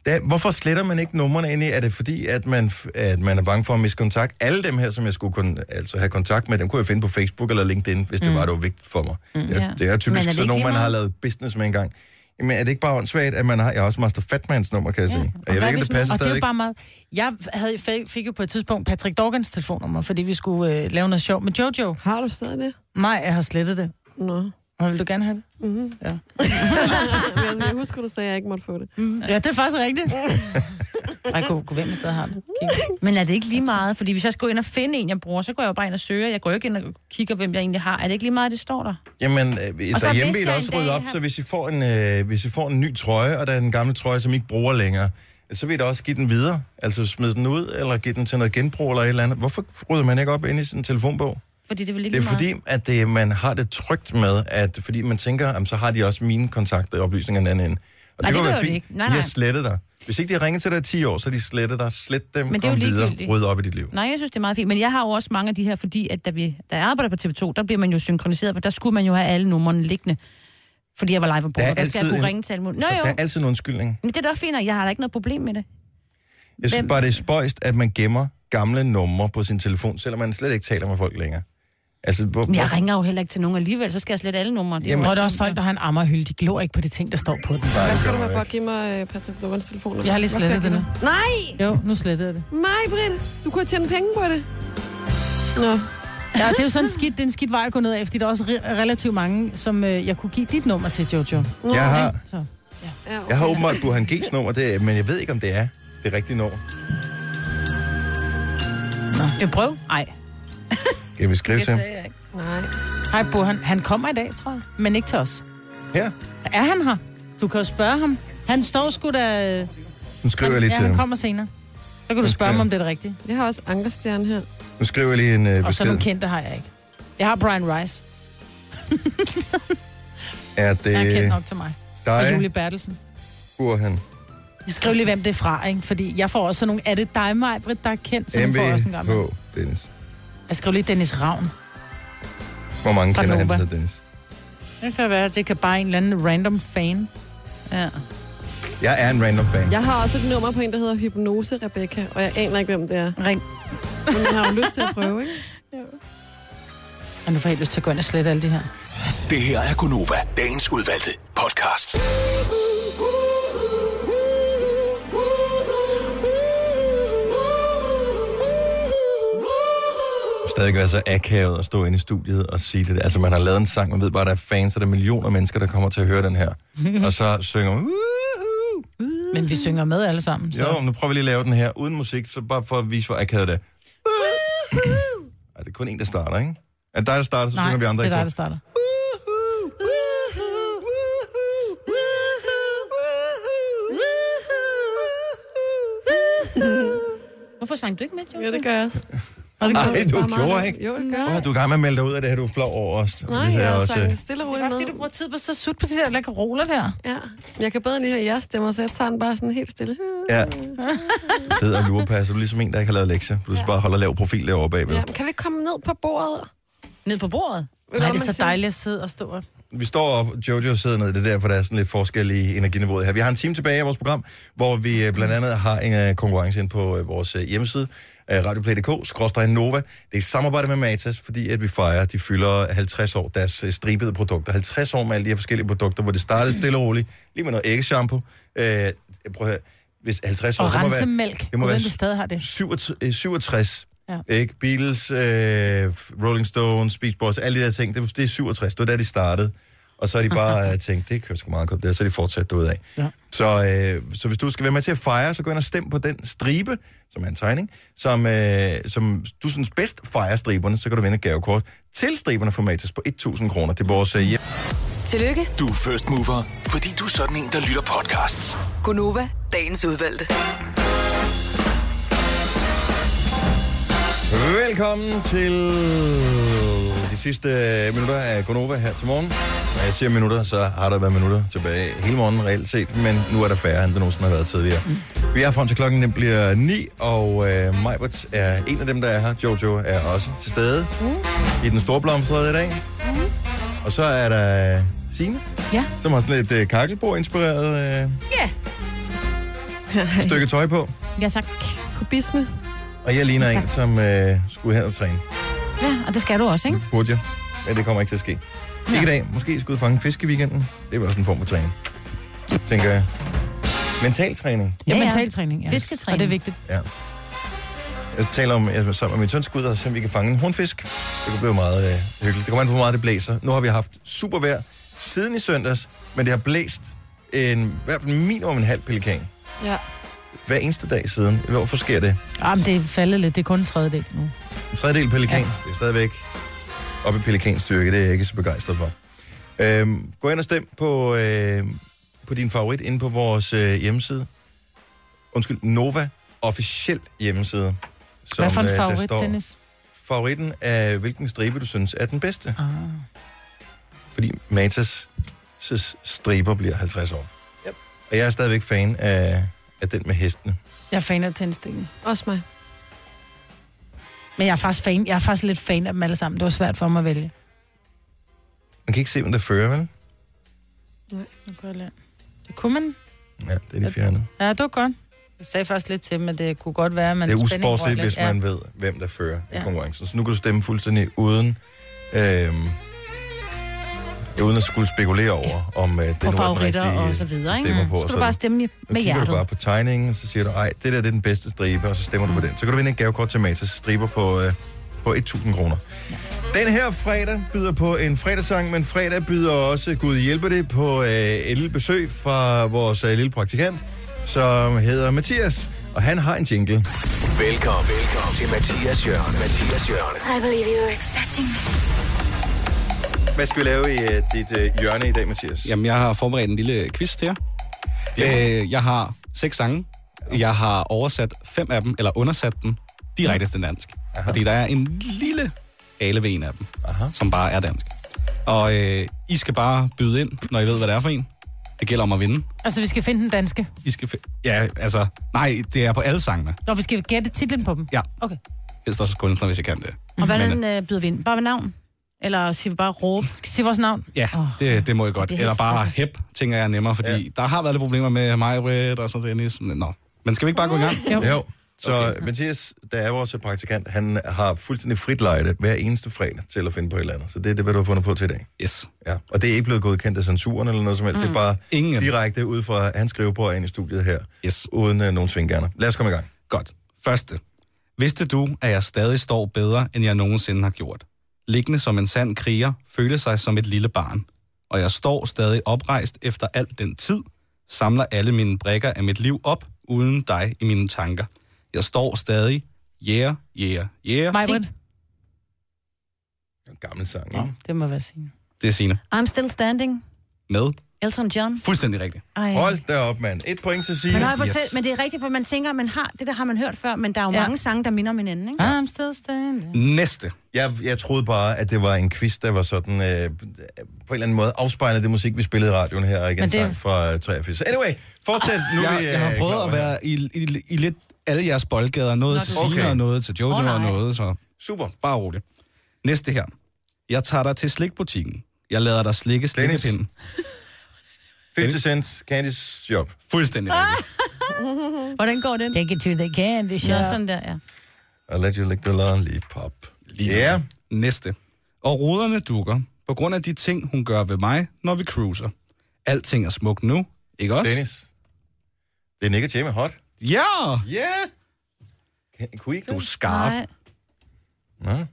Speaker 1: Da, hvorfor sletter man ikke numrene ind i? Er det fordi, at man, f- at man er bange for at miste kontakt? Alle dem her, som jeg skulle kun, altså have kontakt med, dem kunne jeg finde på Facebook eller LinkedIn, hvis det var, det var vigtigt for mig. Mm,
Speaker 3: ja.
Speaker 1: ja. Det er
Speaker 3: Men er
Speaker 1: typisk
Speaker 3: det
Speaker 1: sådan
Speaker 3: ikke
Speaker 1: nogen,
Speaker 3: lige
Speaker 1: man har
Speaker 3: meget?
Speaker 1: lavet business med engang. Jamen, er det ikke bare åndssvagt, at man har... Jeg har også Master Fatmans nummer, kan jeg se. Og jeg ved
Speaker 3: hvad
Speaker 1: ikke, om
Speaker 3: hvis
Speaker 1: det
Speaker 3: man-
Speaker 1: passer
Speaker 2: Og det er jo
Speaker 1: stadig.
Speaker 2: bare meget... Jeg havde, fik- fik jo på et tidspunkt Patrick Dorgans telefonnummer, fordi vi skulle øh, lave noget sjov med Jojo.
Speaker 4: Har du stadig det?
Speaker 2: Nej, jeg har slettet det.
Speaker 4: Nå.
Speaker 2: Og vil du gerne have det? Mm-hmm. Ja.
Speaker 4: Men jeg- jeg husker, du sagde, at jeg ikke måtte få det.
Speaker 2: ja, det er faktisk rigtigt. Ej, kunne, kunne hvem stadig har det? Kig.
Speaker 3: Men er det ikke lige meget? Fordi hvis jeg skal gå ind og finde en, jeg bruger, så går jeg jo bare ind og søger. Jeg går jo ikke ind og kigger, hvem jeg egentlig har. Er det ikke lige meget, det står der?
Speaker 1: Jamen,
Speaker 3: Og
Speaker 1: øh,
Speaker 3: så
Speaker 1: derhjemme
Speaker 3: hvis
Speaker 1: vil
Speaker 3: jeg
Speaker 1: jeg også
Speaker 3: en
Speaker 1: rydde
Speaker 3: dag
Speaker 1: op,
Speaker 3: har-
Speaker 1: så hvis I, får en, øh, hvis I får en ny trøje, og der er en gammel trøje, som I ikke bruger længere, så vil I da også give den videre. Altså smide den ud, eller give den til noget genbrug eller et eller andet. Hvorfor rydder man ikke op ind i sin telefonbog?
Speaker 3: Fordi det vil ikke
Speaker 1: Det er fordi, at det, man har det trygt med, at fordi man tænker, jamen, så har de også mine kontakter og oplysninger i den anden ende. Og
Speaker 3: Nej, det
Speaker 1: kunne være
Speaker 3: behøver de
Speaker 1: fint.
Speaker 3: ikke. Nej,
Speaker 1: De har
Speaker 3: nej.
Speaker 1: slettet dig. Hvis ikke de har ringet til dig i 10 år, så har de slettet dig. Slet dem,
Speaker 3: Men det er jo
Speaker 1: kom videre,
Speaker 3: ligegyldigt.
Speaker 1: ryd op i dit liv.
Speaker 3: Nej, jeg synes, det er meget fint. Men jeg har jo også mange af de her, fordi at da, vi, da jeg arbejder på TV2, der bliver man jo synkroniseret, for der skulle man jo have alle numrene liggende. Fordi jeg var live på
Speaker 1: Der er
Speaker 3: bordet, der, der skal jeg
Speaker 1: altid
Speaker 3: kunne
Speaker 1: en-
Speaker 3: ringe til alle mulige. Nå
Speaker 1: Så der er
Speaker 3: jo,
Speaker 1: altid en undskyldning.
Speaker 3: men det er da fint, og jeg har da ikke noget problem med det.
Speaker 1: Jeg synes
Speaker 3: Hvem-
Speaker 1: bare, det er spøjst, at man gemmer gamle numre på sin telefon, selvom man slet ikke taler med folk længere. Altså, hvor,
Speaker 3: Men jeg ringer jo heller ikke til nogen alligevel, så skal jeg slet alle numre. Det er jo-
Speaker 2: Jamen. Og der er også folk, der har en ammerhylde. De glor ikke på de ting, der står på den.
Speaker 4: Hvad skal du være for at give mig øh, Patrick Lovans telefon?
Speaker 2: Jeg har lige slettet det nu.
Speaker 4: Nej!
Speaker 2: Jo, nu slettede jeg det.
Speaker 4: Nej, Britt! Du kunne have tjent penge på det. Nå.
Speaker 2: Ja, det er jo sådan skidt, det er en skidt vej at gå ned af, fordi der er også re- relativt mange, som øh, jeg kunne give dit nummer til, Jojo.
Speaker 4: Nå,
Speaker 1: jeg, har,
Speaker 2: Så.
Speaker 4: Ja, okay.
Speaker 1: jeg har åbenbart Burhan G's nummer, det, er- men jeg ved ikke, om det er det rigtige nummer.
Speaker 3: Skal vi prøve? Nej.
Speaker 1: Kan vi skrive til ham?
Speaker 4: Nej.
Speaker 2: Hej, Burhan. Han kommer i dag, tror jeg, men ikke til os.
Speaker 1: Her.
Speaker 2: Er han her? Du kan jo spørge ham. Han står sgu da... øh,
Speaker 1: Nu skriver jeg lige
Speaker 2: ja,
Speaker 1: til
Speaker 2: han
Speaker 1: ham.
Speaker 2: kommer senere. Så kan du spørge ham, om det er det rigtige.
Speaker 4: Jeg har også Ankerstjerne her.
Speaker 1: Nu skriver jeg lige en øh,
Speaker 2: Og så
Speaker 1: besked.
Speaker 2: nogle kendte har jeg ikke. Jeg har Brian Rice.
Speaker 1: Er
Speaker 2: Han er kendt
Speaker 1: det
Speaker 2: nok til mig. Og Julie
Speaker 1: dig,
Speaker 2: Bertelsen.
Speaker 1: Burhan?
Speaker 2: Jeg skriver lige, hvem det er fra, ikke? Fordi jeg får også sådan nogle... Er det dig, mig, Britt, der er kendt? Så får jeg også en gang.
Speaker 1: MVH Dennis.
Speaker 2: Jeg skriver lige Dennis Ravn.
Speaker 1: Hvor mange
Speaker 2: Fra
Speaker 1: kender han,
Speaker 2: Nova.
Speaker 1: der hedder Dennis?
Speaker 2: Det kan være, det kan bare en eller anden random fan.
Speaker 3: Ja.
Speaker 1: Jeg er en random fan.
Speaker 4: Jeg har også et nummer på en, der hedder Hypnose Rebecca, og jeg aner ikke, hvem det er.
Speaker 2: Ring.
Speaker 4: Men jeg har jo lyst til at prøve, ikke?
Speaker 2: Og nu får jeg helt lyst til at gå ind og slette alle de her.
Speaker 7: Det her er Gunova, dagens udvalgte podcast.
Speaker 1: stadig være så akavet at stå inde i studiet og sige det. Altså, man har lavet en sang, man ved bare, der er fans, og der er millioner af mennesker, der kommer til at høre den her. og så synger man... "Woohoo!"
Speaker 2: Men vi synger med alle sammen, så...
Speaker 1: Jo, nu prøver vi lige at lave den her uden musik, så bare for at vise, hvor akavet det er. Ej, det er kun en, der starter, ikke? Er det dig, der starter, så
Speaker 2: Nej,
Speaker 1: synger vi andre
Speaker 2: det
Speaker 1: i
Speaker 2: er dig,
Speaker 1: kor.
Speaker 2: der starter.
Speaker 3: Hvorfor sang du ikke med, Jo?
Speaker 4: Ja, det gør jeg også.
Speaker 2: Og det
Speaker 1: Ej,
Speaker 2: gør
Speaker 1: du
Speaker 4: Bare meget
Speaker 1: gjorde
Speaker 4: langt.
Speaker 1: ikke?
Speaker 4: Jo, det gør
Speaker 1: Åh,
Speaker 4: jeg.
Speaker 1: du er i gang med at melde dig ud af det her, du er flov over os.
Speaker 4: Nej,
Speaker 1: det her
Speaker 4: jeg har
Speaker 1: også, øh,
Speaker 4: sagt stille og roligt
Speaker 2: Bare fordi
Speaker 4: med.
Speaker 2: du bruger tid på så sut på de der lakkeroler der.
Speaker 4: Ja. Jeg kan bedre lige høre jeres stemmer, så jeg tager den bare sådan helt stille.
Speaker 1: Ja. Sidder og lurer på, altså, du er ligesom en, der ikke har lavet lektier. Du skal bare holde lav profil derovre bagved.
Speaker 4: Ja, men kan vi ikke komme ned på bordet?
Speaker 3: Ned på bordet?
Speaker 2: Nej, det er så dejligt at sidde og stå og
Speaker 1: vi står op, Jojo sidder ned, det er derfor, der er sådan lidt forskel i energiniveauet her. Vi har en time tilbage af vores program, hvor vi øh, blandt andet har en øh, konkurrence ind på øh, vores øh, hjemmeside, øh, radioplay.dk, skråstrej Nova. Det er i samarbejde med Matas, fordi at vi fejrer, de fylder 50 år, deres øh, stribede produkter. 50 år med alle de her forskellige produkter, hvor det startede
Speaker 2: Mm.
Speaker 1: stille og roligt, lige med noget æggeshampoo. Øh, prøv at høre, hvis 50 år...
Speaker 2: Og
Speaker 1: det må være-
Speaker 2: rensemælk.
Speaker 1: Det må
Speaker 2: Uden
Speaker 1: være øh,
Speaker 2: du stadig har det.
Speaker 1: 67, 67
Speaker 2: Ja.
Speaker 1: ikke? Beatles, øh, Rolling Stones, Beach Boys, alle de der ting, det, det er 67, det var da de startede. Og så har de bare øh, tænkt, det kører sgu meget godt, det, og så er de fortsat derudad.
Speaker 2: Ja.
Speaker 1: Så, øh, så hvis du skal være med til at fejre, så gå ind og stem på den stribe, som er en tegning, som, øh, som du synes bedst fejrer striberne, så kan du vinde et gavekort til striberne formates på 1.000 kroner. Det er vores øh, hjem.
Speaker 5: Tillykke,
Speaker 7: Du er first mover, fordi du er sådan en, der lytter podcasts.
Speaker 5: Gunova, dagens udvalgte.
Speaker 1: Velkommen til de sidste minutter af Gonova her til morgen. Når jeg siger minutter, så har der været minutter tilbage hele morgenen reelt set, men nu er der færre, end der nogensinde har været tidligere. Vi er frem til klokken, den bliver 9, og øh, Majbert er en af dem, der er her. Jojo er også til stede i den store blomstrede i dag. Og så er der Signe,
Speaker 2: Ja.
Speaker 1: som har sådan lidt øh, kakkelbord-inspireret øh, stykke tøj på.
Speaker 2: Ja, tak.
Speaker 4: Kubisme.
Speaker 1: Og jeg ligner en, som øh, skulle hen og træne.
Speaker 3: Ja, og det skal du også, ikke?
Speaker 1: Burde jeg. Men det kommer ikke til at ske. Ja. Ikke i dag. Måske skulle ud og fange fisk i weekenden. Det er vel også en form for træning. Tænker jeg. Mental træning.
Speaker 2: Ja,
Speaker 3: Ja, ja.
Speaker 2: mental træning. Ja.
Speaker 3: Fisketræning.
Speaker 2: Og det er vigtigt.
Speaker 1: Ja. Jeg taler om, jeg, sammen med min søn skulle ud og se, om vi kan fange en hornfisk. Det kunne blive meget øh, hyggeligt. Det kommer an på, hvor meget det blæser. Nu har vi haft super vejr siden i søndags, men det har blæst en, i hvert fald minimum en halv pelikan.
Speaker 4: Ja.
Speaker 1: Hver eneste dag siden. Hvorfor sker det?
Speaker 2: Jamen, Ah, det er faldet lidt. Det er kun en tredjedel nu.
Speaker 1: En tredjedel pelikan. Ja. Det er stadigvæk oppe i pelikanstyrke. Det er jeg ikke så begejstret for. Øhm, gå ind og stem på, øh, på din favorit inde på vores øh, hjemmeside. Undskyld, Nova officiel hjemmeside. Som,
Speaker 2: Hvad for en
Speaker 1: øh, der
Speaker 2: favorit,
Speaker 1: står,
Speaker 2: Dennis?
Speaker 1: Favoritten af hvilken stribe, du synes er den bedste.
Speaker 2: Ah.
Speaker 1: Fordi Matas striber bliver 50 år. Yep. Og jeg er stadigvæk fan af, af den med hestene.
Speaker 2: Jeg er fan af tændstikken.
Speaker 4: Også mig.
Speaker 2: Men jeg er, faktisk fan, jeg er faktisk lidt fan af dem alle sammen. Det var svært for mig at vælge.
Speaker 1: Man kan ikke se, hvem der fører, vel?
Speaker 2: Det kunne man.
Speaker 1: Ja, det er de fjerne.
Speaker 2: Ja, det var godt. Jeg sagde først lidt til dem, at det kunne godt være, at man
Speaker 1: Det er
Speaker 2: spænding røg
Speaker 1: usportsligt,
Speaker 2: lidt.
Speaker 1: hvis
Speaker 2: Ja.
Speaker 1: man ved, hvem der fører ja.
Speaker 2: Ja.
Speaker 1: konkurrencen. Så nu kan du stemme fuldstændig uden, øhm, ja, uden at skulle spekulere over, om øh, det
Speaker 3: På
Speaker 1: nu er den rigtige
Speaker 3: favoritter og så videre,
Speaker 1: du
Speaker 3: ikke?
Speaker 1: stemmer på.
Speaker 3: Skal
Speaker 1: Så
Speaker 3: du bare stemme i-
Speaker 1: nu
Speaker 3: med
Speaker 1: kigger du
Speaker 3: hjertet.
Speaker 1: bare på tegningen, og så siger du, ej, det der det er den bedste stribe, og så stemmer
Speaker 3: Mm.
Speaker 1: du på den. Så kan du vinde et gavekort til Matas striber på, øh, på 1.000 kroner. Den her fredag byder på en fredagssang, men fredag byder også Gud hjælper det på øh, et lille besøg fra vores øh, lille praktikant, som hedder Mathias, og han har en jingle.
Speaker 7: Velkommen, velkommen til Mathias Jørgen. Mathias Jørgen.
Speaker 10: I believe you were expecting me.
Speaker 1: Hvad skal vi lave i uh, dit uh, hjørne i dag, Mathias?
Speaker 11: Jamen, jeg har forberedt en lille quiz til jer. Øh, jeg har seks sange. Jeg har oversat fem af dem, eller undersat dem direkte til dansk. Aha. Fordi der er en lille ale ved en af dem, Aha. som bare er dansk. Og øh, I skal bare byde ind, når I ved, hvad det er for en. Det gælder om at vinde.
Speaker 2: Altså, vi skal finde den danske.
Speaker 11: I skal fi- ja, altså, nej, det er på alle sangene.
Speaker 2: Når vi skal gætte titlen på dem.
Speaker 11: Ja.
Speaker 2: Okay.
Speaker 11: Helst også kunstner, hvis jeg kan det.
Speaker 3: Og
Speaker 2: Mhm.
Speaker 3: hvordan øh, byder vi ind? Bare ved navn? Eller siger vi bare råb?
Speaker 2: Skal vi sige vores navn?
Speaker 11: Ja, det, det må jeg godt.
Speaker 3: det er
Speaker 11: Eller
Speaker 3: helt
Speaker 11: bare
Speaker 3: stresset.
Speaker 11: hep, tænker jeg er nemmere, fordi ja. der har været lidt problemer med mig, Britt og sådan Dennis. Men, nå. Men skal vi ikke bare gå i gang?
Speaker 1: Jo. Så okay. Mathias, der er vores øh, praktikant, han har fuldstændig frit lejde hver eneste fredag til at finde på et eller andet. Så det er det, hvad du har fundet på til i dag.
Speaker 11: Yes.
Speaker 1: Ja. Og det er ikke blevet godkendt af censuren eller noget som helst. Mm. Det er bare
Speaker 11: Ingen af
Speaker 1: Ingen.
Speaker 11: dem.
Speaker 1: direkte ud fra hans skrivebord og ind i studiet her,
Speaker 11: Yes.
Speaker 1: uden uh, nogen svingerner. Lad os komme i gang.
Speaker 11: Godt. Første. Vidste du, at jeg stadig står bedre, end jeg nogensinde har gjort? Liggende som en sand kriger, føle sig som et lille barn. Og jeg står stadig oprejst efter al den tid, samler alle mine brækker af mit liv op, uden dig i mine tanker. Jeg står stadig, yeah, yeah, yeah.
Speaker 2: Mig,
Speaker 1: En gammel sang,
Speaker 2: Ja,
Speaker 1: ikke?
Speaker 2: det må være Signe.
Speaker 11: Det er Signe.
Speaker 3: I'm still standing.
Speaker 11: Med.
Speaker 3: Elton John.
Speaker 11: Fuldstændig rigtigt.
Speaker 3: Ej.
Speaker 1: Hold da op, mand. Et point til
Speaker 3: Men,
Speaker 1: Signe.
Speaker 3: nej, hvor
Speaker 11: Yes.
Speaker 3: selv, men det er rigtigt, for man tænker, man har, det der har man hørt før, men der er jo
Speaker 2: Ja.
Speaker 3: ja. mange sange, der minder om hinanden, ikke?
Speaker 2: I'm still standing.
Speaker 11: Næste.
Speaker 1: Jeg, jeg troede bare, at det var en quiz, der var sådan, øh, på en eller anden måde afspejlede det musik, vi spillede i radioen her, og igen
Speaker 2: Men
Speaker 1: det...
Speaker 2: det-
Speaker 1: sang fra øh, 83. Anyway, fortsæt. Nu er
Speaker 11: Jeg,
Speaker 1: vi, øh,
Speaker 11: jeg har
Speaker 1: klar
Speaker 11: prøvet at
Speaker 1: over her.
Speaker 11: være i, i, i lidt alle jeres boldgader. Noget til
Speaker 1: Okay.
Speaker 11: Signe og noget til Jojo
Speaker 3: Åh, nej.
Speaker 11: og noget, så...
Speaker 1: Super.
Speaker 11: Bare rolig. Næste her. Jeg tager dig til slikbutikken. Jeg lader dig slikke slikkepinden.
Speaker 1: 50 cents Candy's job.
Speaker 11: Fuldstændig
Speaker 2: Ah!
Speaker 11: rigtigt.
Speaker 2: Hvordan går den? Take it to the candy shop.
Speaker 3: Nå, sådan der, ja.
Speaker 1: I'll let you lick the lollipop.
Speaker 11: Lige yeah. Næste. Og ruderne dukker på grund af de ting, hun gør ved mig, når vi cruiser. Alting er smukt nu, ikke også?
Speaker 1: Dennis. Det er Nick og Jamie Hot.
Speaker 11: Ja!
Speaker 1: Ja! Yeah. Kunne I ikke
Speaker 11: Du er
Speaker 1: det?
Speaker 11: skarp.
Speaker 3: Nej.
Speaker 1: Nå.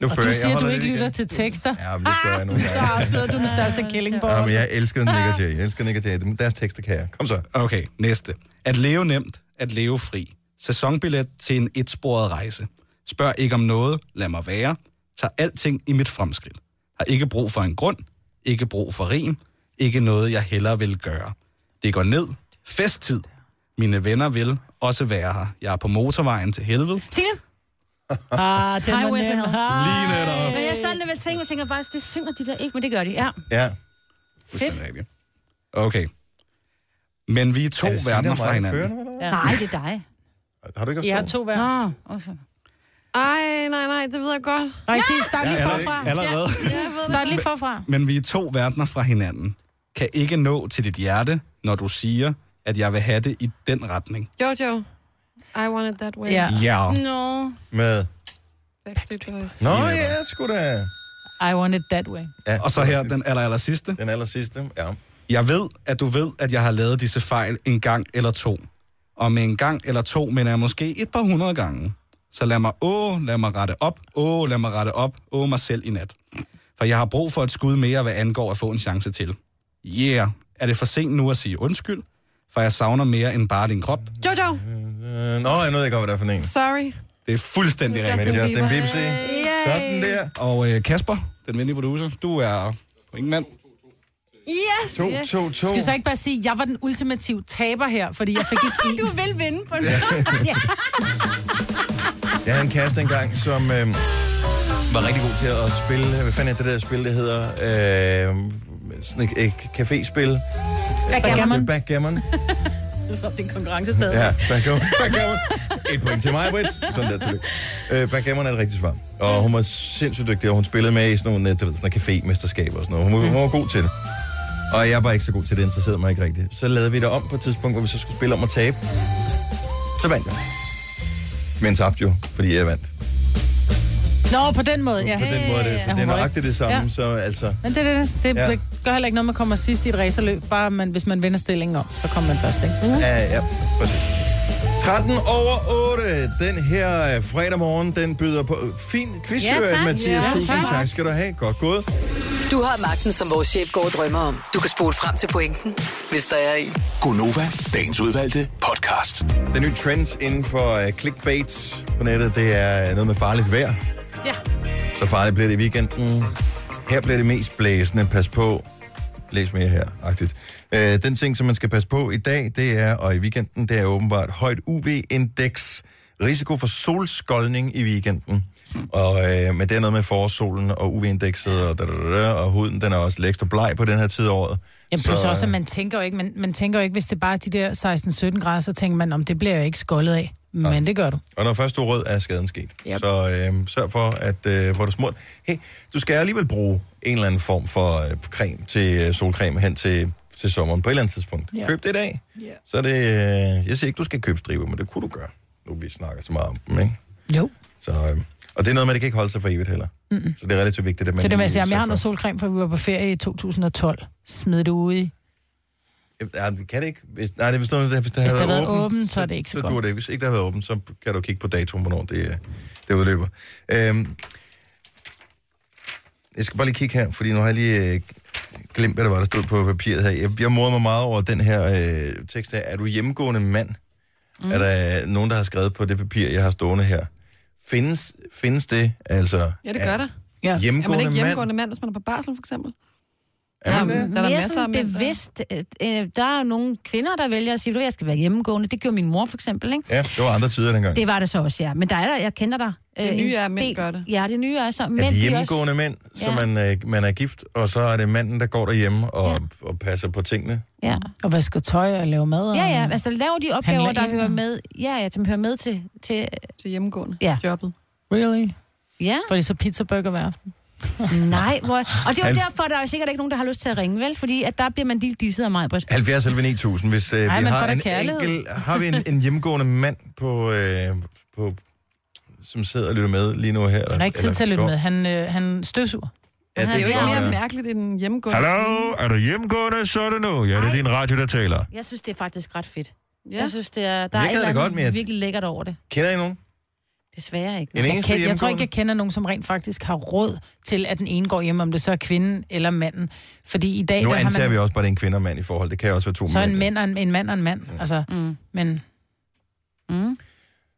Speaker 1: Nu
Speaker 2: Og
Speaker 1: fører
Speaker 2: du
Speaker 1: jeg. Jeg
Speaker 2: siger, at du
Speaker 1: holder
Speaker 2: ikke
Speaker 1: lidt
Speaker 2: lytter
Speaker 1: igen.
Speaker 2: til tekster.
Speaker 1: Ja, men det gør jeg nu.
Speaker 2: Så afslører du Ah. den største killing på.
Speaker 1: Ja, men jeg elsker Nick og Jay. Jeg elsker Nick og Jay. Dem- Deres tekster kan jeg. Kom så.
Speaker 11: Okay, næste. At leve nemt, at leve fri. Sæsonbillet til en etsporet rejse. Spørg ikke om noget, lad mig være. Tag alting i mit fremskridt. Har ikke brug for en grund, ikke brug for rim, ikke noget, jeg hellere vil gøre. Det går ned, festtid. Mine venner vil også være her. Jeg er på motorvejen til helvede.
Speaker 3: Signe?
Speaker 2: Ah, den var
Speaker 3: Highway to
Speaker 2: nem.
Speaker 3: hell.
Speaker 11: Lige netop.
Speaker 3: Men jeg sad lidt ved at tænke, og tænker faktisk, det synger de der ikke, men det gør de. Ja.
Speaker 1: Ja.
Speaker 11: Fuldstændig rigtigt. Okay. Men vi er to
Speaker 1: Er det Signe
Speaker 11: verdener
Speaker 1: og mig,
Speaker 11: fra
Speaker 1: der
Speaker 11: hinanden.
Speaker 1: fører nu, eller hvad?
Speaker 3: Nej, det er dig.
Speaker 1: Har du ikke
Speaker 2: Jeg har
Speaker 1: haft Ah.
Speaker 2: to hver.
Speaker 3: Nå, okay.
Speaker 4: Ej, nej, nej, det ved jeg godt.
Speaker 2: Nej, se, start lige forfra.
Speaker 11: Allerede, allerede.
Speaker 4: Jeg ved
Speaker 2: Start lige forfra.
Speaker 11: Men vi er to verdener fra hinanden. Kan ikke nå til dit hjerte, når du siger, at jeg vil have det i den retning.
Speaker 4: Jojo, I want it that way.
Speaker 2: Ja.
Speaker 11: Ja.
Speaker 3: Nå.
Speaker 1: Med...
Speaker 4: Backstreet Boys.
Speaker 1: Nå ja, sgu da.
Speaker 2: I want it that way.
Speaker 1: Ja,
Speaker 11: Og så her den aller, aller sidste.
Speaker 1: Den aller sidste. Ja.
Speaker 11: Jeg ved, at du ved, at jeg har lavet disse fejl en gang eller to. Og med en gang eller to, men jeg måske et par hundrede gange. Så lad mig, åh, lad mig rette op, åh, lad mig rette op, åh, mig selv i nat. For jeg har brug for et skud mere, hvad angår at få en chance til. Yeah, er det for sent nu at sige undskyld? For jeg savner mere end bare din krop.
Speaker 4: Jojo,
Speaker 1: Øh, Nå, jeg ved ikke, hvad det er for en.
Speaker 4: sorry.
Speaker 11: Det er fuldstændig rigtigt.
Speaker 1: Men
Speaker 4: Justin
Speaker 1: Justin
Speaker 4: Bieber.
Speaker 1: Bibsi. Sådan der.
Speaker 11: Og øh, Kasper, den venlige producer, du er ingen mand.
Speaker 3: Yes!
Speaker 1: To,
Speaker 3: yes.
Speaker 1: to, to.
Speaker 2: Skal du så ikke bare sige, at jeg var den ultimative taber her, fordi jeg fik E? ikke
Speaker 3: Du
Speaker 2: en?
Speaker 3: vil vinde på det.
Speaker 1: Jeg havde en kæreste engang, som øh, var rigtig god til at spille... Hvad fanden er det der spil, det hedder? Øh, sådan et, et caféspil.
Speaker 2: Backgammon.
Speaker 1: Backgammon.
Speaker 3: Det er en konkurrence stadig.
Speaker 1: Ja, backgammon. backgammon. Et point til mig, Britt. Sådan der, tillykke. Øh, backgammon er det rigtige svar. Og hun var sindssygt dygtig, og hun spillede med i sådan nogle, øh, du ved, sådan nogle café-mesterskaber og sådan noget. Hun, var- hun var god til det. Og jeg var ikke så god til det, interesserede mig ikke rigtigt. Så lavede vi det om på et tidspunkt, hvor vi så skulle spille om at tabe. Så vandt jeg. Men tabte jo, fordi jeg vandt.
Speaker 2: Nå, på den måde, ja.
Speaker 1: På den måde, det, så
Speaker 2: Ja,
Speaker 1: det er
Speaker 2: hun var
Speaker 1: nøjagtigt det samme,
Speaker 2: Ja.
Speaker 1: så altså...
Speaker 2: Men det, det, det,
Speaker 1: Ja.
Speaker 2: det gør heller ikke noget, man kommer sidst i et racerløb. Bare man, hvis man vender stillingen om, så kommer man først, ikke?
Speaker 1: Ja, ja, præcis. 13 over 8, den her øh, fredag morgen, den byder på øh, fin quiz,
Speaker 3: Ja,
Speaker 1: ja,
Speaker 3: tak.
Speaker 1: Mathias.
Speaker 3: Ja,
Speaker 1: Tusind
Speaker 3: tak.
Speaker 1: tak skal du have. Godt gået.
Speaker 5: Du har magten, som vores chef går og drømmer om. Du kan spole frem til pointen, hvis der er en.
Speaker 7: Gonova, dagens udvalgte podcast.
Speaker 1: Den nye trend inden for uh, clickbait på nettet, det er øh, noget med farligt vejr.
Speaker 3: Ja.
Speaker 1: Så farligt bliver det i weekenden. Her bliver det mest blæsende. Pas på. Læs mere her, agtigt. Øh, den ting, som man skal passe på i dag, det er, og i weekenden, det er åbenbart højt UV-indeks. Risiko for solskoldning i weekenden. Og, øh, men det er noget med forårssolen og UV-indekset, og, da, da, da, da, og huden den er også lækst og bleg på den her tid af året.
Speaker 2: Jamen plus
Speaker 1: Så,
Speaker 2: også, at
Speaker 1: øh,
Speaker 2: man tænker jo ikke, man, man tænker jo ikke, hvis det bare er de der 16-17 grader, så tænker man, om det bliver jeg ikke skoldet af. Men det gør du.
Speaker 1: Og når først du er rød, er skaden sket. Yep. Så øh, sørg for, at øh, hvor du smurt. Hey, du skal alligevel bruge en eller anden form for øh, creme til øh, solcreme hen til, til sommeren på et eller andet tidspunkt.
Speaker 2: Ja.
Speaker 1: Køb det i dag. Yeah. Så er det, øh, jeg siger ikke, du skal købe striber, men det kunne du gøre. Nu vi snakker så meget om dem, ikke?
Speaker 2: Jo.
Speaker 1: Så, øh, og det er noget med, at det kan ikke holde sig for evigt heller. Mm-mm. Så det er relativt vigtigt, at man...
Speaker 2: Det er det, man
Speaker 1: lige
Speaker 2: siger, Jamen, jeg har
Speaker 1: sørger
Speaker 2: noget solcreme, for vi var på ferie i 2012. Smid det ud i.
Speaker 1: for- Ja, det kan det ikke. Hvis, nej, det er hvis noget, der, hvis der
Speaker 2: Hvis
Speaker 1: har
Speaker 2: det har
Speaker 1: været
Speaker 2: været
Speaker 1: åbent,
Speaker 2: åbent, så er det ikke så,
Speaker 1: så
Speaker 2: godt.
Speaker 1: dur det ikke. Hvis ikke der har været åbent, så kan du kigge på datoen, hvornår det, øh, det udløber. Øhm, jeg skal bare lige kigge her, fordi nu har jeg lige øh, glemt, hvad der var, der stod på papiret her. Jeg, jeg morer mig meget over den her øh, tekst her. Er du hjemmegående mand? Mm. Er der nogen, der har skrevet på det papir, jeg har stående her? Findes, findes det, altså...
Speaker 4: Ja, det gør der.
Speaker 2: Ja.
Speaker 4: Er man
Speaker 1: Hjemmegående,
Speaker 4: ikke hjemmegående
Speaker 1: mand?
Speaker 4: mand, hvis man er på barsel, for eksempel?
Speaker 1: Er man det?
Speaker 4: Der er der
Speaker 3: Mere
Speaker 4: masser af
Speaker 3: sådan
Speaker 4: mænd, der-
Speaker 3: bevidst. øh, øh, Der er jo nogle kvinder, der vælger at sige, at jeg skal være hjemmegående. Det gjorde min mor for eksempel, ikke?
Speaker 1: Ja, det var andre tider dengang.
Speaker 3: Det var det så også, ja. Men der er der, jeg kender dig. øh,
Speaker 4: Det nye er, at mænd gør det.
Speaker 3: Ja, det nye er så.
Speaker 1: Er
Speaker 3: Mænd,
Speaker 1: det
Speaker 3: de
Speaker 1: hjemmegående mænd, så
Speaker 3: Ja.
Speaker 1: man, øh, man er gift, og så er det manden, der går derhjemme og, og passer på tingene?
Speaker 3: Også, ja.
Speaker 2: Og vasker tøj og laver mad. Og...
Speaker 3: ja, ja. Altså, laver de opgaver,
Speaker 2: Handler
Speaker 3: der
Speaker 2: ind
Speaker 3: hører
Speaker 2: og-
Speaker 3: med. Ja, ja, som hører med til... til
Speaker 4: Til hjemmegående
Speaker 3: Ja.
Speaker 4: jobbet.
Speaker 2: Really?
Speaker 3: ja.
Speaker 2: Fordi så pizza burger hver aften.
Speaker 3: Nej, hvor... og det er
Speaker 1: Han-
Speaker 3: jo derfor, der er sikkert ikke nogen, der har lyst til at ringe, vel? Fordi at der bliver man lige disset af mig, Britt.
Speaker 1: 70 11 9000, hvis øh,
Speaker 3: Ej,
Speaker 1: vi
Speaker 3: man
Speaker 1: har
Speaker 3: får da
Speaker 1: en
Speaker 3: kærlighed.
Speaker 1: enkel, har vi en, en hjemmegående mand på, øh, på, som sidder og lytter med lige nu her. Eller,
Speaker 2: Han har ikke tid
Speaker 1: eller
Speaker 2: til at lytte
Speaker 1: går.
Speaker 2: med. Han, øh, han støvsuger.
Speaker 1: Ja, det
Speaker 4: Det er jo ikke
Speaker 1: godt,
Speaker 4: mere
Speaker 1: ja.
Speaker 4: mærkeligt end en hjemmegående.
Speaker 10: Hallo, er du hjemmegående? Så er det nu. Ja, det er din radio, der taler.
Speaker 3: Jeg synes, det er faktisk ret fedt.
Speaker 4: Ja.
Speaker 3: Jeg synes, det er, der
Speaker 1: Jeg
Speaker 3: er
Speaker 1: gad det
Speaker 3: et eller
Speaker 1: godt, men jeg-
Speaker 3: andet virkelig lækkert over det.
Speaker 1: Kender I nogen?
Speaker 3: Desværre ikke.
Speaker 1: En
Speaker 2: Jeg,
Speaker 1: eneste
Speaker 2: kan, jeg tror ikke,
Speaker 1: hjemmegående?
Speaker 2: jeg kender nogen, som rent faktisk har råd til, at den ene går hjem, om det så er kvinden eller manden. Fordi i dag,
Speaker 1: Nu
Speaker 2: der har
Speaker 1: antager
Speaker 2: man
Speaker 1: vi også bare, at det er en kvinde og mand i forhold. Det kan også være to
Speaker 2: så
Speaker 1: mænd.
Speaker 2: en, mænd og en, en mand og en mand. Altså, mm. Men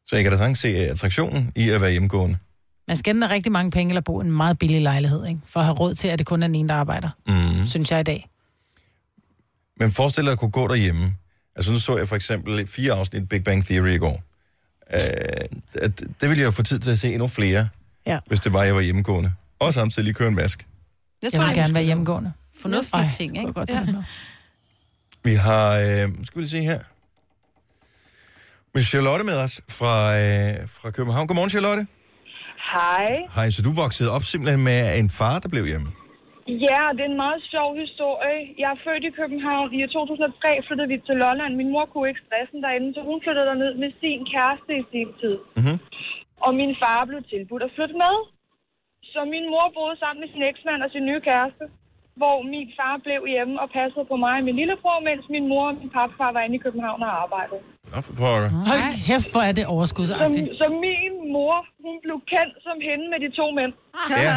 Speaker 1: Så jeg kan da sagtens se øh, attraktionen i at være hjemmegående.
Speaker 2: man skal enten have rigtig mange penge eller bo i en meget billig lejlighed, ikke? for at have råd til, at det kun er den ene, der arbejder,
Speaker 1: Mm.
Speaker 2: mm. synes jeg i dag.
Speaker 1: Men forestil dig at kunne gå derhjemme. Altså nu så jeg for eksempel fire afsnit Big Bang Theory i går. Øh, at- det ville jeg jo få tid til at se endnu flere,
Speaker 2: Ja.
Speaker 1: hvis det var, jeg var hjemmegående. Og samtidig lige køre en vask.
Speaker 2: Jeg,
Speaker 4: tror,
Speaker 2: jeg vil
Speaker 4: jeg
Speaker 2: gerne
Speaker 4: husker
Speaker 2: være
Speaker 4: det.
Speaker 2: hjemmegående.
Speaker 3: Fornuftige
Speaker 2: Ej,
Speaker 3: ting,
Speaker 2: kunne
Speaker 3: ikke?
Speaker 2: jeg godt
Speaker 3: Ja.
Speaker 2: tænke mig.
Speaker 1: Vi har, øh, skal vi lige se her. Men Charlotte med os fra, øh, fra København. Godmorgen, Charlotte.
Speaker 12: Hej.
Speaker 1: Hej, så du voksede op simpelthen med en far, der blev hjemme.
Speaker 12: Ja, og det er en meget sjov historie. Jeg er født i København. I år 2003 flyttede vi til Lolland. Min mor kunne ikke stressen derinde, så hun flyttede derned med sin kæreste i sin tid.
Speaker 1: Mm-hmm.
Speaker 12: Og min far blev tilbudt at flytte med. Så min mor boede sammen med sin eksmand og sin nye kæreste, hvor min far blev hjemme og passede på mig og min lillebror, mens min mor og min papfar var inde i København og arbejdede.
Speaker 1: Nå, for pokker.
Speaker 2: Hold kæft, hvor er det
Speaker 12: Så,
Speaker 2: overskudsagtigt.
Speaker 12: så min mor, hun blev kendt som hende med de to mænd.
Speaker 1: Ja.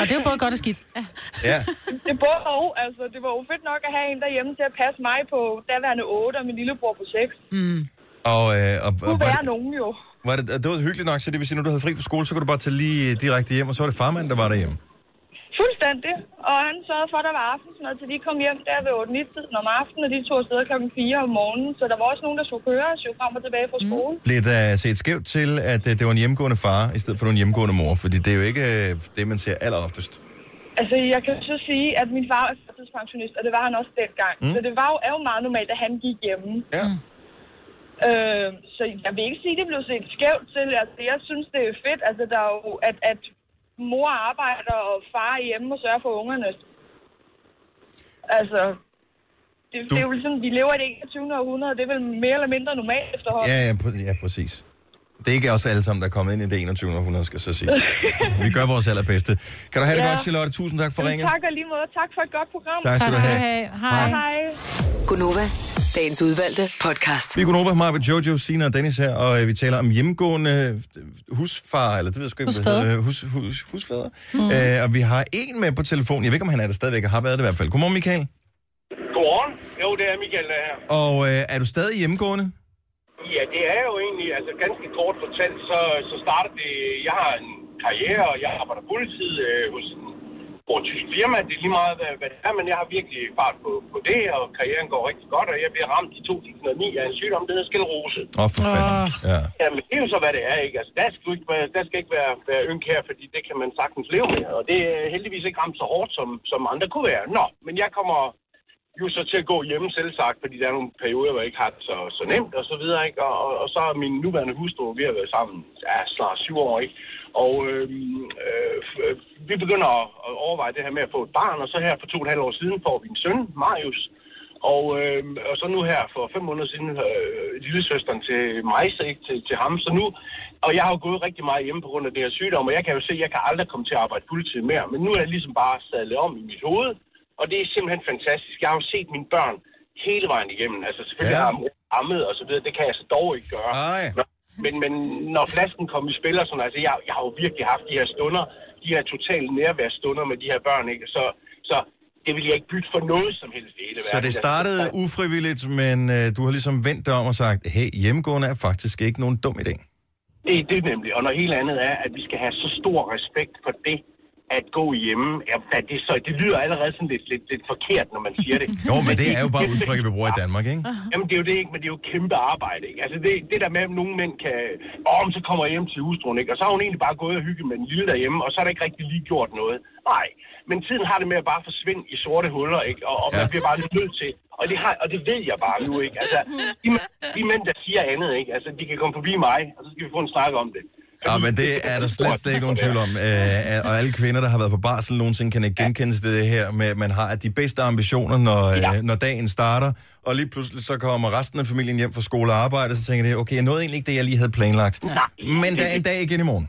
Speaker 2: Og det er jo både godt og skidt.
Speaker 1: Ja.
Speaker 12: Det er både og. Altså, det var jo fedt nok at have en derhjemme til at passe mig på daværende 8 og min lillebror på 6.
Speaker 2: Mm.
Speaker 1: Og, øh, og, og
Speaker 12: Kunne
Speaker 1: var,
Speaker 12: være
Speaker 1: det,
Speaker 12: nogen jo.
Speaker 1: var det, og det var hyggeligt nok, så det vil sige, når du havde fri fra skole, så kunne du bare tage lige øh, direkte hjem, og så var det farmand, der var derhjemme.
Speaker 12: Fuldstændig. Og han sørgede for, at der var aftensmad, til de kom hjem der ved 8-9-tiden om aftenen, og de tog afsted kl. 4 om morgenen. Så der var også nogen, der skulle køre os jo frem og tilbage fra skole.
Speaker 1: Blev der set skævt til, at øh, det var en hjemmegående far, i stedet for en hjemmegående mor? Fordi det er jo ikke øh, det, man ser alleroftest.
Speaker 12: Altså, jeg kan så sige, at min far er førtidspensionist, og det var han også dengang.
Speaker 1: Mm.
Speaker 12: Mm. Så det var jo, er jo meget normalt, at han gik hjemme.
Speaker 1: Ja.
Speaker 12: Øh, så jeg vil ikke sige, at det blev set skævt til. Altså, jeg synes, det er fedt, altså, der er jo, at, at mor arbejder, og far er hjemme og sørger for ungerne. Altså, det, det er jo sådan, vi lever i det 21. århundrede, og det er vel mere eller mindre normalt efterhånden.
Speaker 1: Ja, ja, pr- ja, præcis. Det er ikke os alle sammen, der er kommet ind i det 21. århundrede, skal så sige. Vi gør vores allerbedste. Kan du have det
Speaker 12: Ja.
Speaker 1: godt, Charlotte? Tusind tak for
Speaker 12: Jamen,
Speaker 1: ringen.
Speaker 12: Tak og lige måde. Tak for et godt program.
Speaker 1: Tak skal Tak du skal have. du
Speaker 2: have.
Speaker 1: Hej.
Speaker 12: Hej.
Speaker 5: Gunova, dagens udvalgte podcast.
Speaker 1: Vi er Gunova, Marvitt, Jojo, Sina og Dennis her, og øh, vi taler om hjemmegående øh, husfar, eller det ved jeg sgu ikke, hvad det hedder, øh, hus, hus, husfader. Mm. Øh, og vi har en med på telefonen. Jeg ved ikke, om han er der stadigvæk, og har været det i hvert fald. Godmorgen, Michael.
Speaker 13: Godmorgen. Jo, det er Michael, der er her.
Speaker 1: Og øh, er du stadig hjemmegående?
Speaker 13: Ja, det er jo egentlig, altså ganske kort fortalt, så, så starter det, jeg har en karriere, og jeg arbejder fuldtid øh, hos en stor tysk firma, det er lige meget, hvad, hvad det er, men jeg har virkelig fart på, på det, og karrieren går rigtig godt, og jeg bliver ramt i 2009 af en sygdom, der hedder sklerose.
Speaker 1: Åh, oh, for fanden. Ja.
Speaker 13: Jamen, det er jo så, hvad det er, ikke? Altså, der skal, jo ikke være, der skal ikke være, være ynk her, fordi det kan man sagtens leve med, og det er heldigvis ikke ramt så hårdt, som, som andre kunne være. Nå, men jeg kommer jo så til at gå hjemme selv sagt, fordi der er nogle perioder, hvor jeg ikke har det så, så nemt og så videre, ikke? Og, og, og så er min nuværende hustru, vi har været sammen ja, snart syv år, ikke? Og øhm, øh, f- øh, vi begynder at at overveje det her med at få et barn, og så her for to og et halvt år siden får vi en søn, Marius, og, øh, og så nu her for fem måneder siden, øh, lillesøsteren til mig, så ikke til, til ham. Så nu, og jeg har jo gået rigtig meget hjemme på grund af det her sygdom, og jeg kan jo se, at jeg kan aldrig komme til at arbejde fuldtid mere. Men nu er jeg ligesom bare sadlet om i mit hoved, og det er simpelthen fantastisk. Jeg har jo set mine børn hele vejen igennem. Altså selvfølgelig ja. har mor ammet og så videre, det kan jeg så dog ikke gøre. Nå, Men, men når flasken kom i spil og sådan, altså jeg, jeg har jo virkelig haft de her stunder, de her totale nærværsstunder med de her børn, ikke? Så, så det vil jeg ikke bytte for noget som helst i hele
Speaker 1: Så
Speaker 13: verden.
Speaker 1: det startede ufrivilligt, men øh, du har ligesom vendt dig om og sagt, hey, hjemmegående er faktisk ikke nogen dum idé.
Speaker 13: Det er det nemlig. Og noget helt andet er, at vi skal have så stor respekt for det, at gå hjemme. Ja, hvad det, så, det lyder allerede sådan lidt, lidt, lidt forkert, når man siger det.
Speaker 1: Jo, men det er jo bare udtrykket, vi bruger i Danmark, ikke?
Speaker 13: Jamen, det er jo det ikke, men det er jo kæmpe arbejde, ikke? Altså, det, det der med, at nogle mænd kan... Åh, men så kommer jeg hjem til hustruen, ikke? Og så har hun egentlig bare gået og hygget med den lille derhjemme, og så er der ikke rigtig lige gjort noget. Nej, men tiden har det med at bare forsvinde i sorte huller, ikke? Og, og man bliver bare nødt til... Og det, har, og det ved jeg bare nu, ikke? Altså, de, mæ- de mænd, der siger andet, ikke? Altså, de kan komme forbi mig, og så skal vi få en snak om det.
Speaker 1: Ja, Ah, men det er der slet, slet ikke nogen tvivl om. Øh, og alle kvinder, der har været på barsel nogensinde, kan ikke genkendes det her med, at man har de bedste ambitioner, når, ja. når dagen starter. Og lige pludselig så kommer resten af familien hjem fra skole og arbejde, og så tænker de, okay, jeg nåede egentlig ikke det, jeg lige havde planlagt.
Speaker 13: Nej.
Speaker 1: Men der er en dag igen i morgen.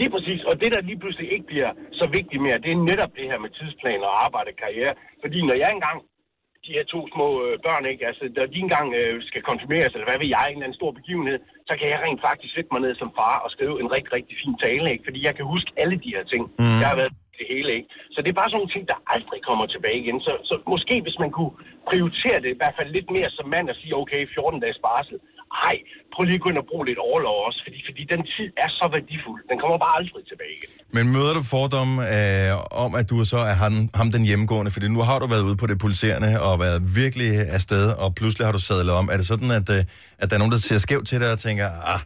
Speaker 13: Lige præcis, og det der lige pludselig ikke bliver så vigtigt mere, det er netop det her med tidsplan og arbejde og karriere. Fordi når jeg engang, de her to små øh, børn, ikke, altså, når de engang øh, skal konfirmeres, eller hvad ved jeg, en eller anden stor begivenhed, så kan jeg rent faktisk sætte mig ned som far og skrive en rigtig, rigtig fin tale, ikke? fordi jeg kan huske alle de her ting. Mm. Jeg har været det hele, ikke? Så det er bare sådan nogle ting, der aldrig kommer tilbage igen. Så, så måske hvis man kunne prioritere det, i hvert fald lidt mere som mand, og sige, okay, 14 dages barsel. Ej, prøv lige at gå ind og bruge lidt overlov også, fordi, fordi den tid er så værdifuld. Den kommer bare aldrig tilbage igen.
Speaker 1: Men møder du fordomme øh, om, at du så er ham, ham den hjemmegående? Fordi nu har du været ude på det pulserende og været virkelig afsted, og pludselig har du sadlet om. Er det sådan, at, øh, at der er nogen, der ser skævt til dig og tænker, ah,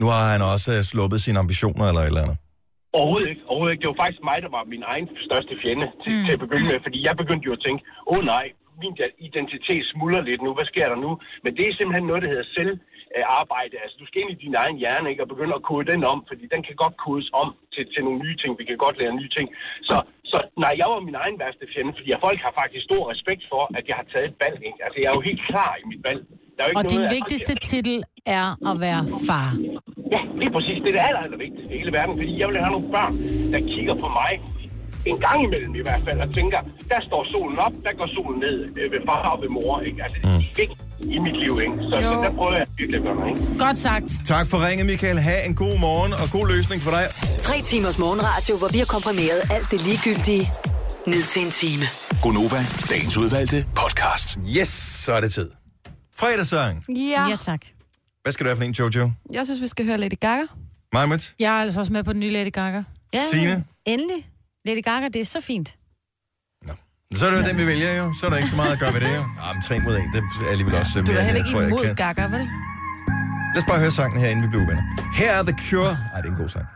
Speaker 1: nu har han også øh, sluppet sine ambitioner eller et eller andet?
Speaker 13: Overhovedet ikke. Overhovedet ikke. Det var faktisk mig, der var min egen største fjende til, mm. til at begynde med, fordi jeg begyndte jo at tænke, åh oh, nej, min identitet smuldrer lidt nu, hvad sker der nu? Men det er simpelthen noget, der hedder selvarbejde. Altså, du skal ind i din egen hjerne ikke, og begynde at kode den om, fordi den kan godt kodes om til, til nogle nye ting. Vi kan godt lære nye ting. Så, så nej, jeg var min egen værste fjende, fordi jeg, folk har faktisk stor respekt for, at jeg har taget et valg. Ikke? Altså, jeg er jo helt klar i mit valg. Der er jo ikke
Speaker 2: Og din
Speaker 13: noget, jeg-
Speaker 2: vigtigste titel er at være far.
Speaker 13: Ja, lige præcis. Det er det aller, aller vigtigste i hele verden, fordi jeg vil have nogle børn, der kigger på mig en gang imellem i hvert fald, og tænker, der står solen op, der går solen ned øh, ved far og ved mor, ikke? Altså, det er vigtigt i mit liv, ikke? Så, så der prøver jeg virkelig at gøre noget, ikke?
Speaker 2: Godt sagt.
Speaker 1: Tak for ringen, Michael. Ha' en god morgen og god løsning for dig.
Speaker 5: Tre timers morgenradio, hvor vi har komprimeret alt det ligegyldige ned til en time.
Speaker 7: Gonova, dagens udvalgte podcast.
Speaker 1: Yes, så er det tid. Fredagssang.
Speaker 4: Ja. ja.
Speaker 2: tak.
Speaker 1: Hvad skal du have for en, Jojo?
Speaker 4: Jeg synes, vi skal høre Lady Gaga.
Speaker 1: Majmut?
Speaker 2: Jeg er altså også med på den nye Lady Gaga.
Speaker 1: Ja. Signe?
Speaker 3: Endelig. Lady Gaga, det er så fint.
Speaker 1: Så er det jo den, vi vælger jo. Så er der ikke så meget at gøre ved det jo. Nå, men tre mod en, det er alligevel også øh,
Speaker 4: Du
Speaker 1: mere,
Speaker 4: er
Speaker 1: end
Speaker 4: heller
Speaker 1: jeg tror,
Speaker 4: ikke
Speaker 1: jeg
Speaker 4: imod
Speaker 1: kan.
Speaker 4: Gaga, vel?
Speaker 1: Lad os bare høre sangen her, inden vi bliver uvenner. Her er The Cure. Ej, det er en god sang.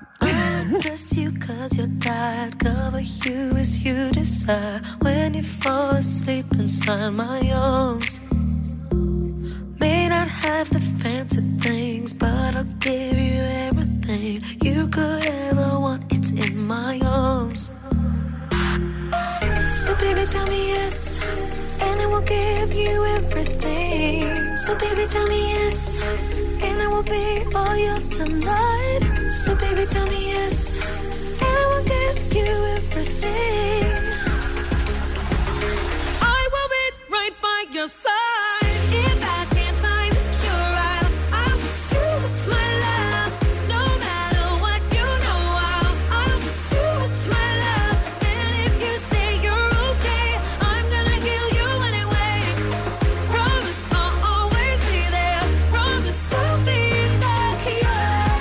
Speaker 14: Trust you cause you're tired. Cover you as you desire. When you fall asleep inside my arms. May not have the fancy things, but I'll give you everything you could ever want. It's in my arms. So baby, tell me yes, and I will give you everything. So baby, tell me yes, and I will be all yours tonight. So baby, tell me yes, and I will give you everything. I will be right by your side. If I can't find the cure, I'll, I'll fix you with my love. No matter what you know, I'll, I'll fix you with my love. And if you say you're okay, I'm gonna heal you anyway. Promise I'll always be there. Promise I'll be the cure.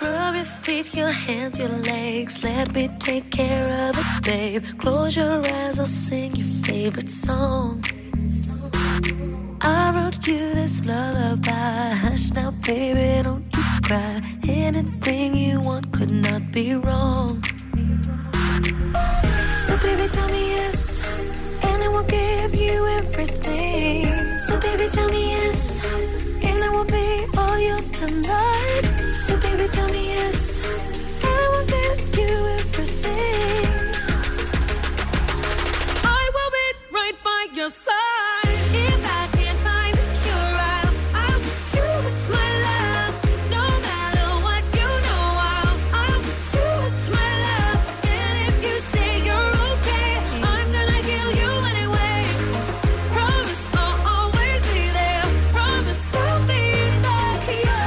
Speaker 14: Rub your feet, your hands, your legs. Let me take care of it, babe. Close your eyes, I'll sing your favorite song. I wrote you this lullaby. Hush now, baby, don't you cry. Anything you want could not be wrong. So, baby, tell me yes, and I will give you everything. So, baby, tell me yes, and I will be all yours tonight. So, baby, tell me yes, and I will give you everything. I will be right by your side. If I can't find the cure, I'll, I'll fix you with my love. No matter what you know, I'll, I'll fix you with my love. And if you say you're okay, I'm gonna heal you anyway. Promise I'll always be there. Promise I'll be the cure.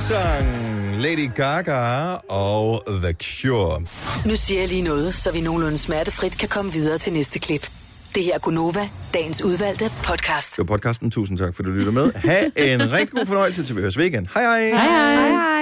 Speaker 1: sang Lady Gaga og The Cure.
Speaker 5: Nu siger jeg lige noget, så vi nogenlunde smertefrit kan komme videre til næste klip. Det her er Gunova, dagens udvalgte podcast.
Speaker 1: Det var podcasten. Tusind tak, fordi du lytter med. Ha' en rigtig god fornøjelse, til vi høres ved igen. Hej hej.
Speaker 5: Hej, hej. Hej, hej.